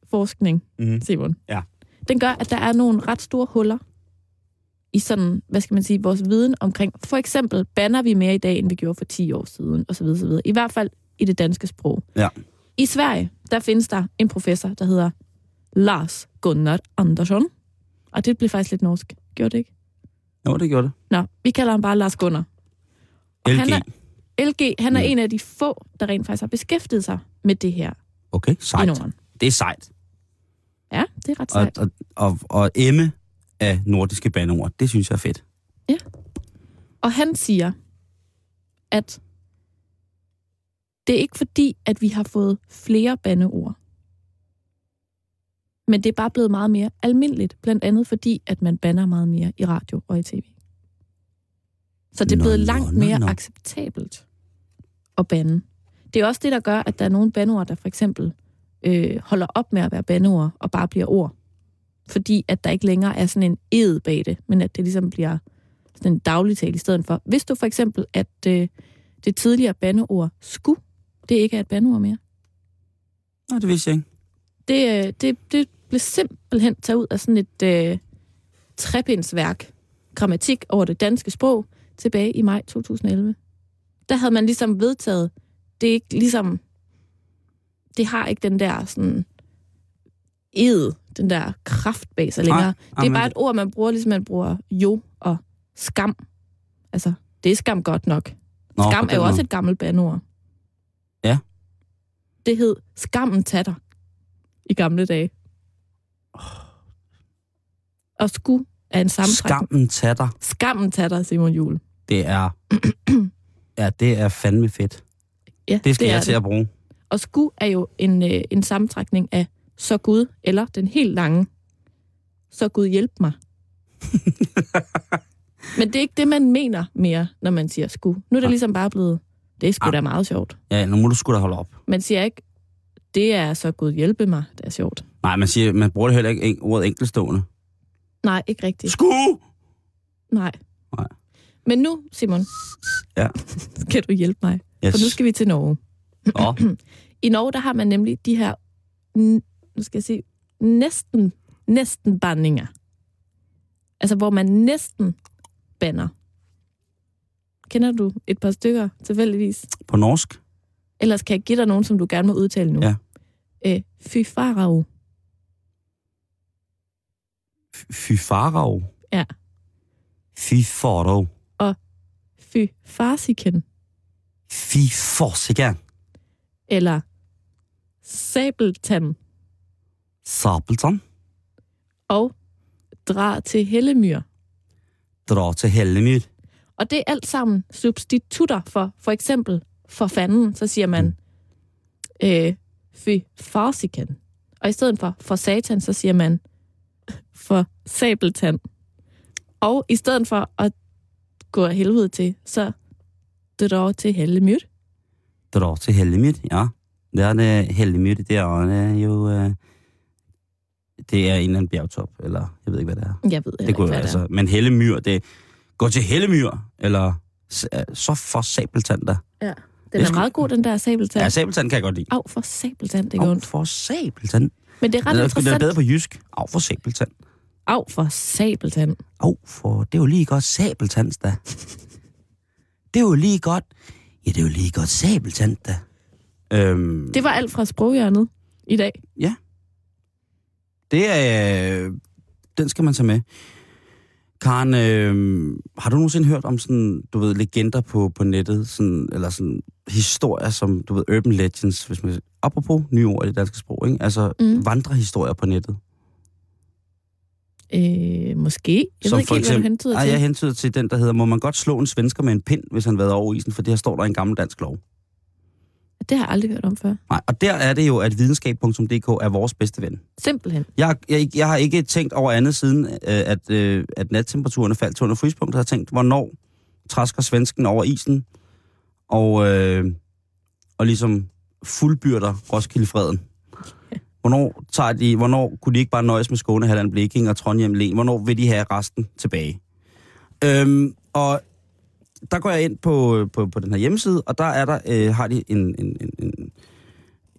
forskning, Mm. Simon, Ja. den gør, at der er nogle ret store huller i sådan, hvad skal man sige, vores viden omkring, for eksempel, banner vi mere i dag, end vi gjorde for 10 år siden, osv. osv. I hvert fald i det danske sprog. Ja. I Sverige, der findes der en professor, der hedder Lars Gunnar Andersson. Og det blev faktisk lidt norsk. Gjorde det ikke? Jo, det gjorde det. Nå, vi kalder ham bare Lars Gunnar. Og LG. Han er, LG, han er Mm. en af de få, der rent faktisk har beskæftiget sig med det her Okay, i sejt. Norden. Det er sejt. Ja, det er ret Og, sejt. og, og, og emme af nordiske bandeord, det synes jeg er fedt. Og han siger, at det er ikke fordi, at vi har fået flere bandeord. Men det er bare blevet meget mere almindeligt, blandt andet fordi, at man banner meget mere i radio og i tv. Så det er Nå, blevet nå, langt nå, mere nå. acceptabelt at bande. Det er også det, der gør, at der er nogle bandeord, der for eksempel øh, holder op med at være bandeord og bare bliver ord. Fordi at der ikke længere er sådan en ed bag det, men at det ligesom bliver sådan en dagligtale i stedet for. Hvis du for eksempel, at øh, det tidligere bandeord sku, det ikke er et bandeord mere. Nå, det vidste jeg ikke. Det, øh, det, det blev simpelthen taget ud af sådan et øh, trepindsværk, grammatik over det danske sprog, tilbage i maj 2011. der havde man ligesom vedtaget, det er ikke ligesom, det har ikke den der sådan ed, den der kraft bag sig Nej, længere. det er amen. bare et ord, man bruger, ligesom man bruger jo og skam. Altså, det er skam godt nok. Nå, på Skam er den jo måde. også et gammelt bandord. Ja. Det hed skammen tatter i gamle dage. Og sku er en samtrækning. Skammen tatter. Skammen tatter, Simon Jul. Det er... <clears throat> ja, det er fandme fedt. Ja, Det skal det er jeg til det. at bruge. Og sku er jo en, øh, en samtrækning af så Gud, eller den helt lange, så Gud hjælp <laughs> mig. Men det er ikke det, man mener mere, når man siger sku. Nu er det ligesom bare blevet, det er sgu Ah. da meget sjovt. Ja, nu må du sgu da holde op. Man siger ikke, det er så Gud hjælpe mig, det er sjovt. Nej, man, siger, man bruger det heller ikke en- ordet enkeltstående. Nej, ikke rigtigt. Sku! Nej. Nej. Men nu, Simon, Ja. kan du hjælpe mig? Yes. For nu skal vi til Norge. Nå, I Norge, der har man nemlig de her, n- nu skal jeg sige, næsten, næsten bandinger. Altså, hvor man næsten banner. Kender du et par stykker, tilfældigvis? på norsk. Ellers kan jeg give dig nogen, som du gerne må udtale nu. Ja. Øh, fy farao. F- Fy farao. Ja. Fy farao. Fy farsiken. Fy forsigan. Eller sabeltand. Sabeltan. Og dra til hellemyr. Dra til Hellemyr. Og det er alt sammen substitutter for, for eksempel, for fanden, så siger man, øh, fy farsikan. Og i stedet for for satan, så siger man, for sabeltand. Og i stedet for at gå af helvede til, så drar til hellemyr. Dra til Hellemyr, ja. Det er det, Hellemyr, det er øh, jo... øh, Det er en eller anden bjergtop, eller jeg ved ikke, hvad det er. Jeg ved heller Det ikke, kunne hvad jo altså. det altså. Men Hellemyr, det går til Hellemyr, eller s- øh, så for Sabeltand da. er. Den det er skulle- meget god, den der sabeltand. Ja, Altså, Sabeltand kan jeg godt lide. Au, for sabeltand, det er ondt. for Sabeltand. Men det er ret Den er, sgu- den er interessant. bedre på jysk. Au for Sabeltand. Au, for sabeltand. Au for, det er jo lige godt Sabeltands da. Det er jo lige godt... Ja, det er jo lige godt Sabeltand da. Øhm, Det var alt fra sproghjørnet i dag. Det er... Øh, den skal man tage med. Karen, øh, har du nogensinde hørt om sådan, du ved, legender på, på nettet, sådan, eller sådan historier som, du ved, urban legends, hvis man apropos nye ord i det danske sprog, ikke? altså Mm. mm. vandrehistorier på nettet. Øh, måske. Jeg ved ikke helt, hvad du hentyder Ej, til. jeg hentyder til den, der hedder, må man godt slå en svensker med en pind, hvis han har været over isen, for det her står der i en gammel dansk lov. Det har jeg aldrig hørt om før. Nej, og der er det jo, at videnskab.dk er vores bedste ven. Simpelthen. Jeg, jeg, jeg har ikke tænkt over andet siden, øh, at, øh, at nattemperaturen faldt til under frysepunktet. Jeg har tænkt, hvornår træsker svensken over isen og, øh, og ligesom fuldbyrder Roskildefreden. Hvornår, tager de, hvornår kunne de ikke bare nøjes med Skåne, Halland, Blekinge og Trondheim Len? Hvornår vil de have resten tilbage? Øhm, og der går jeg ind på, øh, på, på den her hjemmeside, og der er der, øh, har de en, en, en, en,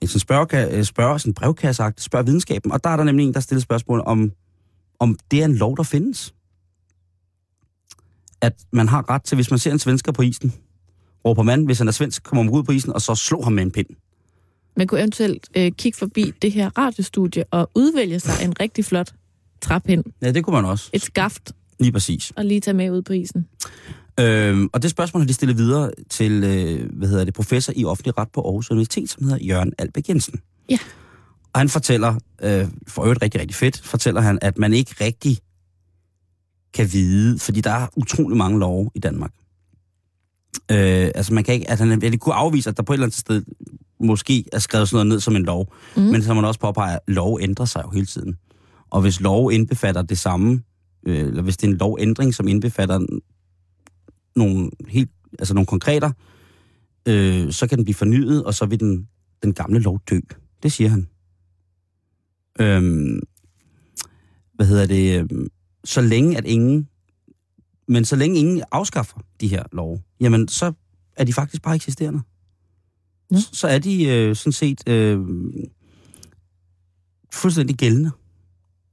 en sådan spørge, øh, spørge sådan brevkasseagt, spørg videnskaben, og der er der nemlig en, der stiller spørgsmål om, om det er en lov, der findes. At man har ret til, hvis man ser en svensker på isen, råber man, hvis han er svensk, kommer man ud på isen, og så slår ham med en pind. Man kunne eventuelt øh, kigge forbi det her radiostudie og udvælge sig en rigtig flot træpind. Ja, det kunne man også. Et skaft Lige præcis. og lige tage med ud på isen. Øhm, og det spørgsmål har de stillet videre til, øh, hvad hedder det, professor i offentlig ret på Aarhus Universitet, som hedder Jørgen Albæk Jensen. Ja. Og han fortæller, øh, for øvrigt rigtig, rigtig fedt, fortæller han, at man ikke rigtig kan vide, fordi der er utrolig mange love i Danmark. Øh, altså man kan ikke, at han eller kunne afvise, at der på et eller andet sted måske er skrevet sådan noget ned som en lov. Mm. Mm. Men som man også påpeger, lov ændrer sig jo hele tiden. Og hvis lov indbefatter det samme, øh, eller hvis det er en lovændring, som indbefatter n- nogle, helt, altså nogle konkreter, øh, så kan den blive fornyet, og så vil den, den gamle lov dø. Det siger han. Øhm, hvad hedder det? øhm, Så længe at ingen... Men så længe ingen afskaffer de her love, jamen så er de faktisk bare eksisterende. Nå. Ja. Så er de øh, sådan set øh, fuldstændig gældende.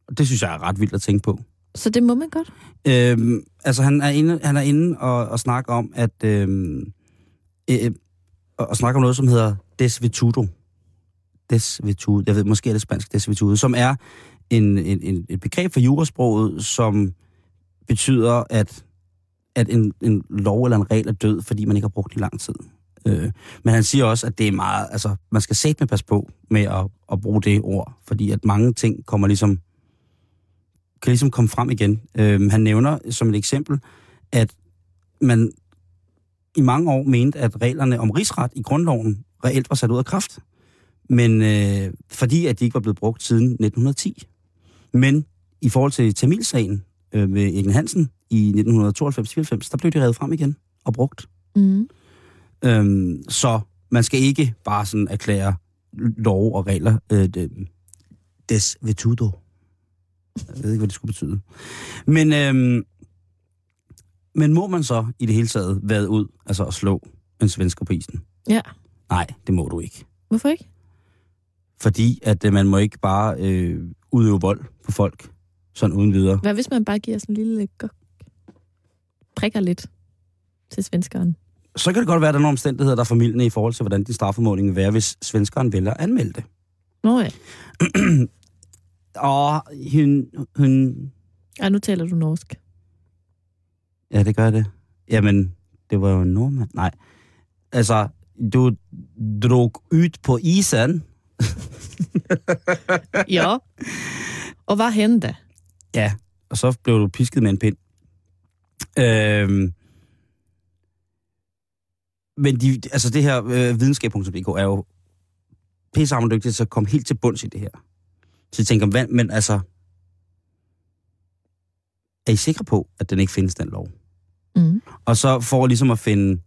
Og det synes jeg er ret vildt at tænke på. Så det må man godt. Øhm, altså han er inde, han er inde og, og snakker om, at, øhm, øh, og, og snakker om noget, som hedder desvitudo. Desvitudo. Jeg ved, måske er det spansk desvitudo, som er en, en, en, et begreb for jurasproget, som betyder, at, at en, en lov eller en regel er død, fordi man ikke har brugt den i lang tid. Øh, men han siger også, at det er meget, altså, man skal sætte med pas på med at, at bruge det ord, fordi at mange ting kommer ligesom, kan ligesom komme frem igen. Øh, han nævner som et eksempel, at man i mange år mente, at reglerne om rigsret i grundloven reelt var sat ud af kraft, men øh, fordi at de ikke var blevet brugt siden 1910. Men i forhold til Tamilsagen øh, med Egen Hansen i 1992-94, der blev de revet frem igen og brugt. Mm. Øhm, så man skal ikke bare sådan erklære lov og regler øh, det- des vetudo. Jeg ved ikke, hvad det skulle betyde. Men, øhm, men må man så i det hele taget vade ud, altså at slå en svensker på isen? Ja. Nej, det må du ikke. Hvorfor ikke? Fordi at øh, man må ikke bare øh, udøve vold på folk, sådan uden videre. Hvad hvis man bare giver sådan en lille gok? Prikker lidt til svenskeren. så kan det godt være, at der er nogle omstændigheder, der er formidlende i forhold til, hvordan din strafformåling vil være, hvis svenskeren vælger at anmelde det. Nå ja. Og hun, hun... Ej, nu taler du norsk. Ja, det gør det. Jamen, det var jo en nordmand. Nej. Altså, du drog ud på isen. <laughs> Ja. Og hvad hände? Ja. Og så blev du pisket med en pind. Øhm, men de, altså det her øh, videnskab.dk er jo pisseammerdygtigt til at komme helt til bunds i det her. Så jeg tænker, hvad, men altså, er I sikre på, at den ikke findes, den lov? Mm. Og så for ligesom at finde,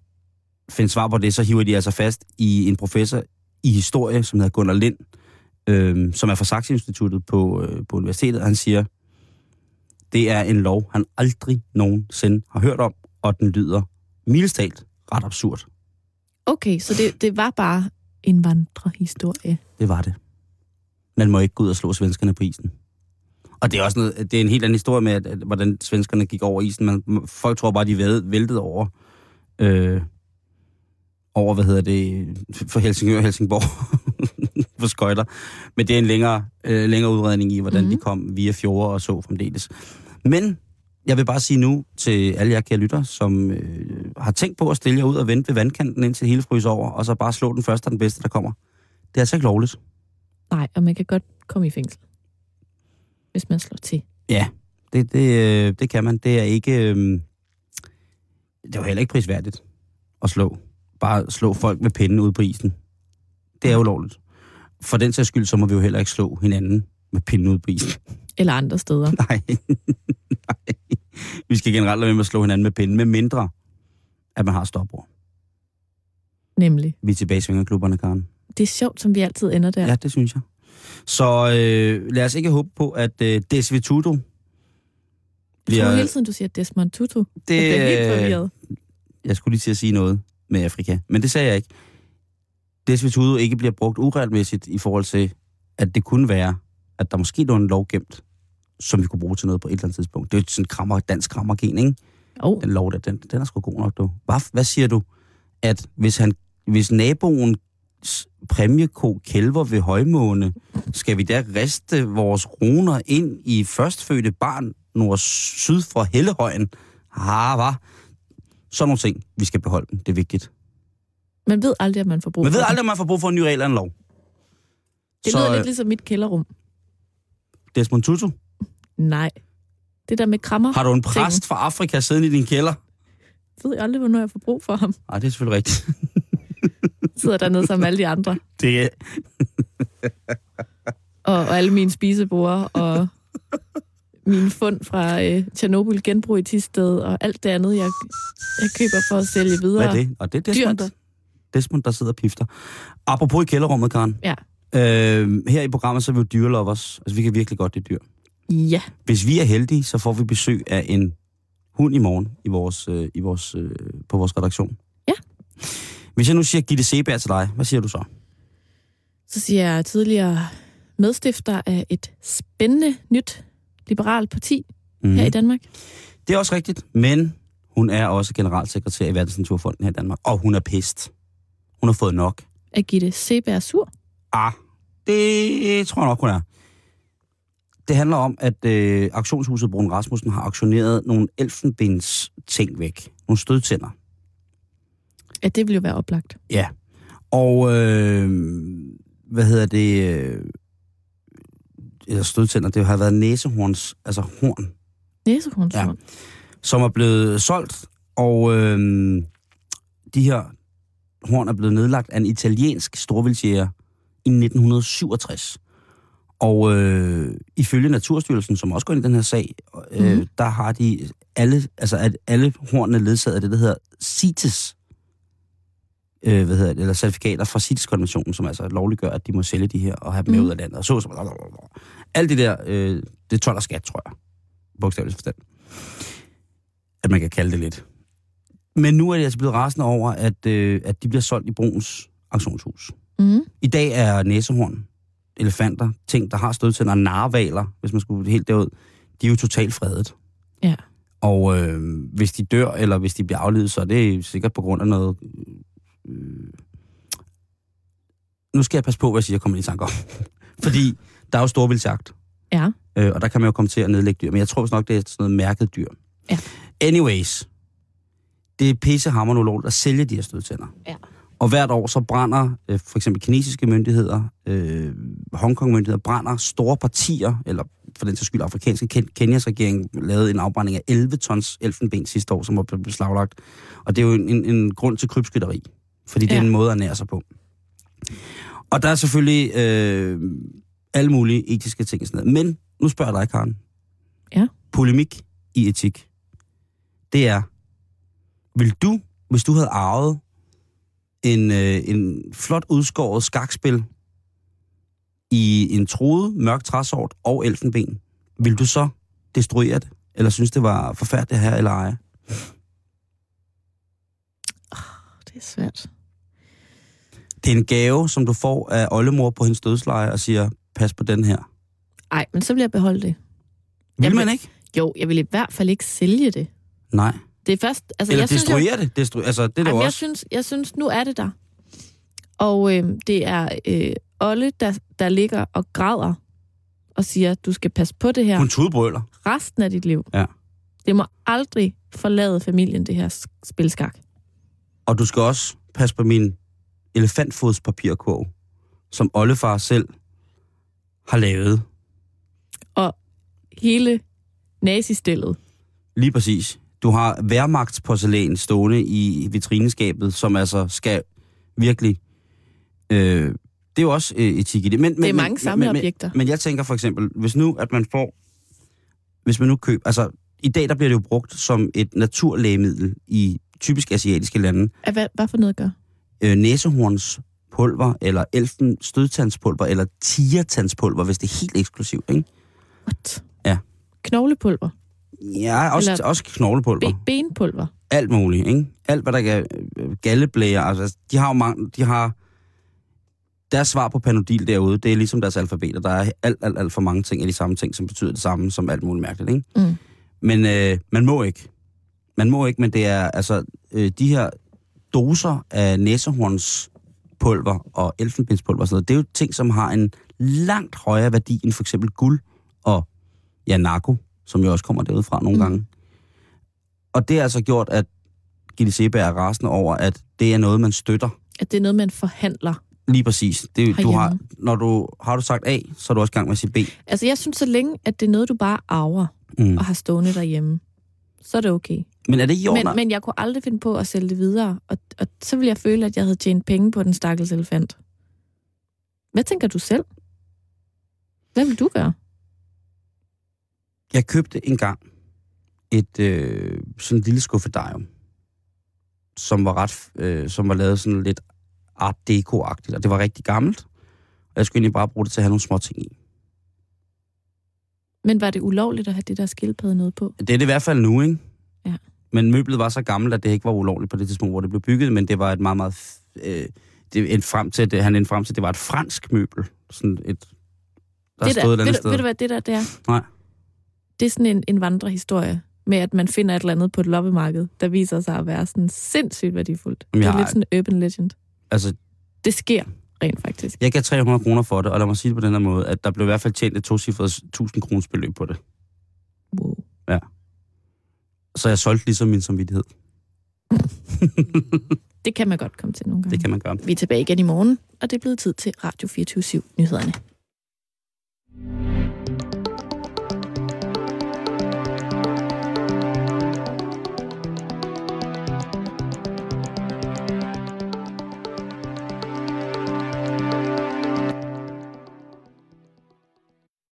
finde svar på det, så hiver de altså fast i en professor i historie, som hedder Gunnar Lind, øhm, som er fra Saxe Instituttet på, øh, på universitetet, og han siger, det er en lov, han aldrig nogensinde har hørt om, og den lyder mildestalt ret absurd. Okay, så det, det var bare en vandrehistorie. Det var det. Man må ikke gå ud og slå svenskerne på isen. Og det er også noget, det er en helt anden historie med, at, at, hvordan svenskerne gik over isen. Man, folk tror bare, de væd- væltede over, øh, over, hvad hedder det, for Helsingør og Helsingborg <laughs> på skøjter. Men det er en længere, øh, længere udredning i, hvordan mm. de Mhm. kom via fjorde og så fremdeles. Men jeg vil bare sige nu til alle jer kære lytter, som øh, har tænkt på at stille jer ud og vente ved vandkanten, indtil det hele fryser over, og så bare slå den første og den bedste, der kommer. Det er altså ikke lovligt. Nej, og man kan godt komme i fængsel, hvis man slår til. Det, det, øh, det kan man. Det er ikke... Øh, det er jo heller ikke prisværdigt at slå. Bare slå folk med pinden ud på isen. Det Mm. er ulovligt. For den sags skyld, så må vi jo heller ikke slå hinanden med pinden ud på isen. <laughs> Eller andre steder. Nej. Nej. Vi skal generelt lade være med at slå hinanden med pinden, med mindre, at man har stopord. Nemlig. Vi er tilbage i svingerklubberne, Karen. Det er sjovt, som vi altid ender der. Ja, det synes jeg. Så øh, lad os ikke håbe på, at øh, Desvitudo Jeg tror bliver- hele tiden, du siger Desmond Tutu. Det... Jeg Øh, bliver helt forvirret. jeg skulle lige til at sige noget med Afrika, men det sagde jeg ikke. Desvitudo ikke bliver brugt uretmæssigt i forhold til, at det kunne være, at der måske lå en lov gemt, som vi kunne bruge til noget på et eller andet tidspunkt. Det er jo sådan en krammer, dansk krammergen, ikke? Oh, Den lov, der, den, den er sgu god nok, du. Hvad, hvad siger du, at hvis, han, hvis naboen præmieko kælver ved højmåne, skal vi da riste vores runer ind i førstfødte barn nord syd for Hellehøjen? Ah, hvad? Sådan nogle ting, vi skal beholde dem. Det er vigtigt. man ved aldrig, at man får brug Man ved for aldrig, om man får brug for en ny regel eller en lov. Det Så lyder lidt øh, ligesom mit kælderrum. Desmond Tutu, Nej. Det der med krammer, har du en Ting. præst fra Afrika siddende i din kælder? ved jeg aldrig, hvornår jeg får brug for ham. <laughs> Nej, det er selvfølgelig rigtigt. Sidder dernede sammen med alle de andre. Det er, Og, og alle mine spisebord og mine fund fra øh, Tjernobyl genbrug i Tisted og alt det andet, jeg, jeg køber for at sælge videre. Hvad er det? Og det er Desmond, Dyrt. Desmond der sidder og pifter. Apropos i kælderrummet, Karen. Ja. Øh, her i programmet, så er vi jo dyrelovers. Altså, vi kan virkelig godt lide dyr. Ja, Hvis vi er heldige, så får vi besøg af en hund i morgen i vores, øh, i vores, øh, på vores redaktion. Ja. Hvis jeg nu siger Gitte Seberg til dig, hvad siger du så? så siger jeg tidligere medstifter af et Mhm. spændende nyt liberalt parti mm. her i Danmark. Det er også rigtigt, men Hun er også generalsekretær i Verdensnaturfonden her i Danmark, og hun er pist. Hun har fået nok. At Gitte Seberg sur. Ah, det øh, tror jeg nok, hun er. Det handler om, at øh, auktionshuset Brun Rasmussen har auktioneret nogle elfenbens ting væk. Nogle stødtænder. Ja, det ville jo være oplagt. Ja. Og øh, hvad hedder det? Øh, eller stødtænder, det har været næsehorns, altså horn, Næsehornsvogn. Ja. som er blevet solgt. Og øh, de her horn er blevet nedlagt af en italiensk storvildsjæger i 1967. Og øh, ifølge Naturstyrelsen, som også går ind i den her sag, øh, Mhm. mm. der har de alle, altså at alle hornene ledsaget af det, der hedder CITES, øh, hvad hedder det, eller certifikater fra CITES-konventionen, som altså lovliggør, at de må sælge de her og have dem med Mhm. ud af landet. Og så, så, alt det der, øh, det tolder skat, tror jeg. Bogstaveligt forstand. At man kan kalde det lidt. Men nu er de altså blevet rasende over, at, øh, at de bliver solgt i Bruns auktionshus. Mm. I dag er næsehorn, elefanter, ting, der har stødtænder, narvaler, hvis man skulle helt derud, de er jo totalt fredet. Ja. Og øh, hvis de dør, eller hvis de bliver aflevet, så er det sikkert på grund af noget... Øh, nu skal jeg passe på, hvad jeg siger, jeg kommer lige i tanke om. <laughs> Fordi der er jo storvildsjagt. Ja. Øh, og der kan man jo komme til at nedlægge dyr. Men jeg tror vist nok, det er sådan noget mærket dyr. Ja. Anyways. Det er pissehammerende ulovligt at sælge de her stødtænder. Ja. Og hvert år så brænder øh, for eksempel kinesiske myndigheder, øh, Hongkong-myndigheder, brænder store partier, eller for den sags skyld afrikanske, Ken- Kenyas regering lavede en afbrænding af 11 tons elfenben sidste år, som var blevet beslaglagt. Og det er jo en, en, en grund til krybskytteri, fordi det er Ja. en måde at nære sig på. Og der er selvfølgelig øh, alle mulige etiske ting og sådan noget. Men nu spørger jeg dig, Karen. Ja. Polemik i etik. Det er, vil du, hvis du havde arvet en, øh, en flot udskåret skakspil i en troet mørk træsort og elfenben, vil du så destruere det? Eller synes det var forfærdeligt her eller ej? Det er svært. Det er en gave, som du får af oldemor på hendes dødsleje og siger, pas på den her. Ej, men så vil jeg beholde det. Vil Jamen, man ikke? Jo, jeg vil i hvert fald ikke sælge det. Nej. Det er først... Altså, Eller jeg synes, jeg, destruere det. Destru- altså, det er Jamen, jo jeg, også. synes, jeg synes, nu er det der. Og øh, det er øh, Olle, der, der ligger og græder og siger, du skal passe på det her Hun tudbrøler. resten af dit liv. Ja. Det må aldrig forlade familien, det her s- spilskak. Og du skal også passe på min elefantfodspapirkurv, som oldefar selv har lavet. Hele nazistillet. Lige præcis. Du har værmagtsporcelæn stående i vitrineskabet, som altså skal virkelig... Øh, det er jo også øh, etik i det. Men, men, Det er men- mange samleobjekter. Men, men jeg tænker for eksempel, hvis nu at man får... Hvis man nu køber... Altså, i dag der bliver det jo brugt som et naturlægemiddel i typisk asiatiske lande. At Hvad, hvad for noget gør? øh, næsehorns pulver, eller elfen stødtandspulver, eller tigertandspulver, hvis det er helt eksklusivt, ikke? What? Ja. Knoglepulver. Ja, også, Eller- eller... også knoglepulver. Be- benpulver. Alt muligt, ikke? Alt, hvad der kan... øh, Galleblæger, altså, de har jo mange... De har... Deres svar på panodil derude, det er ligesom deres alfabeter. Der er alt, alt, alt for mange ting af de samme ting, som betyder det samme, som alt muligt mærkeligt, ikke? Mm. Men øh, man må ikke. Man må ikke, men det er altså øh, de her doser af næsehornspulver og elfenbenspulver og sådan noget, det er jo ting, som har en langt højere værdi end for eksempel guld og ja, narko, som jo også kommer derudfra nogle Mm. mm. gange. Og det har altså gjort, at Gitte Seberg er rasende over, at det er noget, man støtter. At det er noget, man forhandler. Lige præcis. Det, du har, Herhjemme. når du har du sagt A, så er du også i gang med at sige B. Altså, jeg synes så længe, at det er noget, du bare arver Mm. og har stående derhjemme, så er det okay. Men er det ikke i orden? men, men jeg kunne aldrig finde på at sælge det videre, og, og så ville jeg føle, at jeg havde tjent penge på den stakkels elefant. Hvad tænker du selv? Hvad vil du gøre? Jeg købte engang et øh, sådan et lille skuffedarium, som var ret, øh, som var lavet sådan lidt art deco-agtigt, og det var rigtig gammelt. Og jeg skulle egentlig bare bruge det til at have nogle små ting i. Men var det ulovligt at have det der skildpadde noget på? Det er det i hvert fald nu, ikke? Ja. Men møblet var så gammelt, at det ikke var ulovligt på det tidspunkt, hvor det blev bygget, men det var et meget, meget... f- Øh, det endte frem til, det, han endte frem til, at det var et fransk møbel. Sådan et, der det stod et der, andet ved, du, sted. ved du, hvad det der det er? Nej. Det er sådan en, en vandrehistorie, med, at man finder et eller andet på et loppemarked, der viser sig at være sådan sindssygt værdifuldt. Jamen, det er jeg- lidt sådan en urban legend. Altså, Det sker rent faktisk. jeg gav 300 kroner for det, og lad mig sige det på den her måde, at der blev i hvert fald tjent et tocifret 1000 kroners beløb på det. Wow. Så jeg solgte ligesom min samvittighed. <laughs> Det kan man godt komme til nogle gange. Det kan man gøre. Vi er tilbage igen i morgen, og det er blevet tid til Radio 24 7 nyhederne.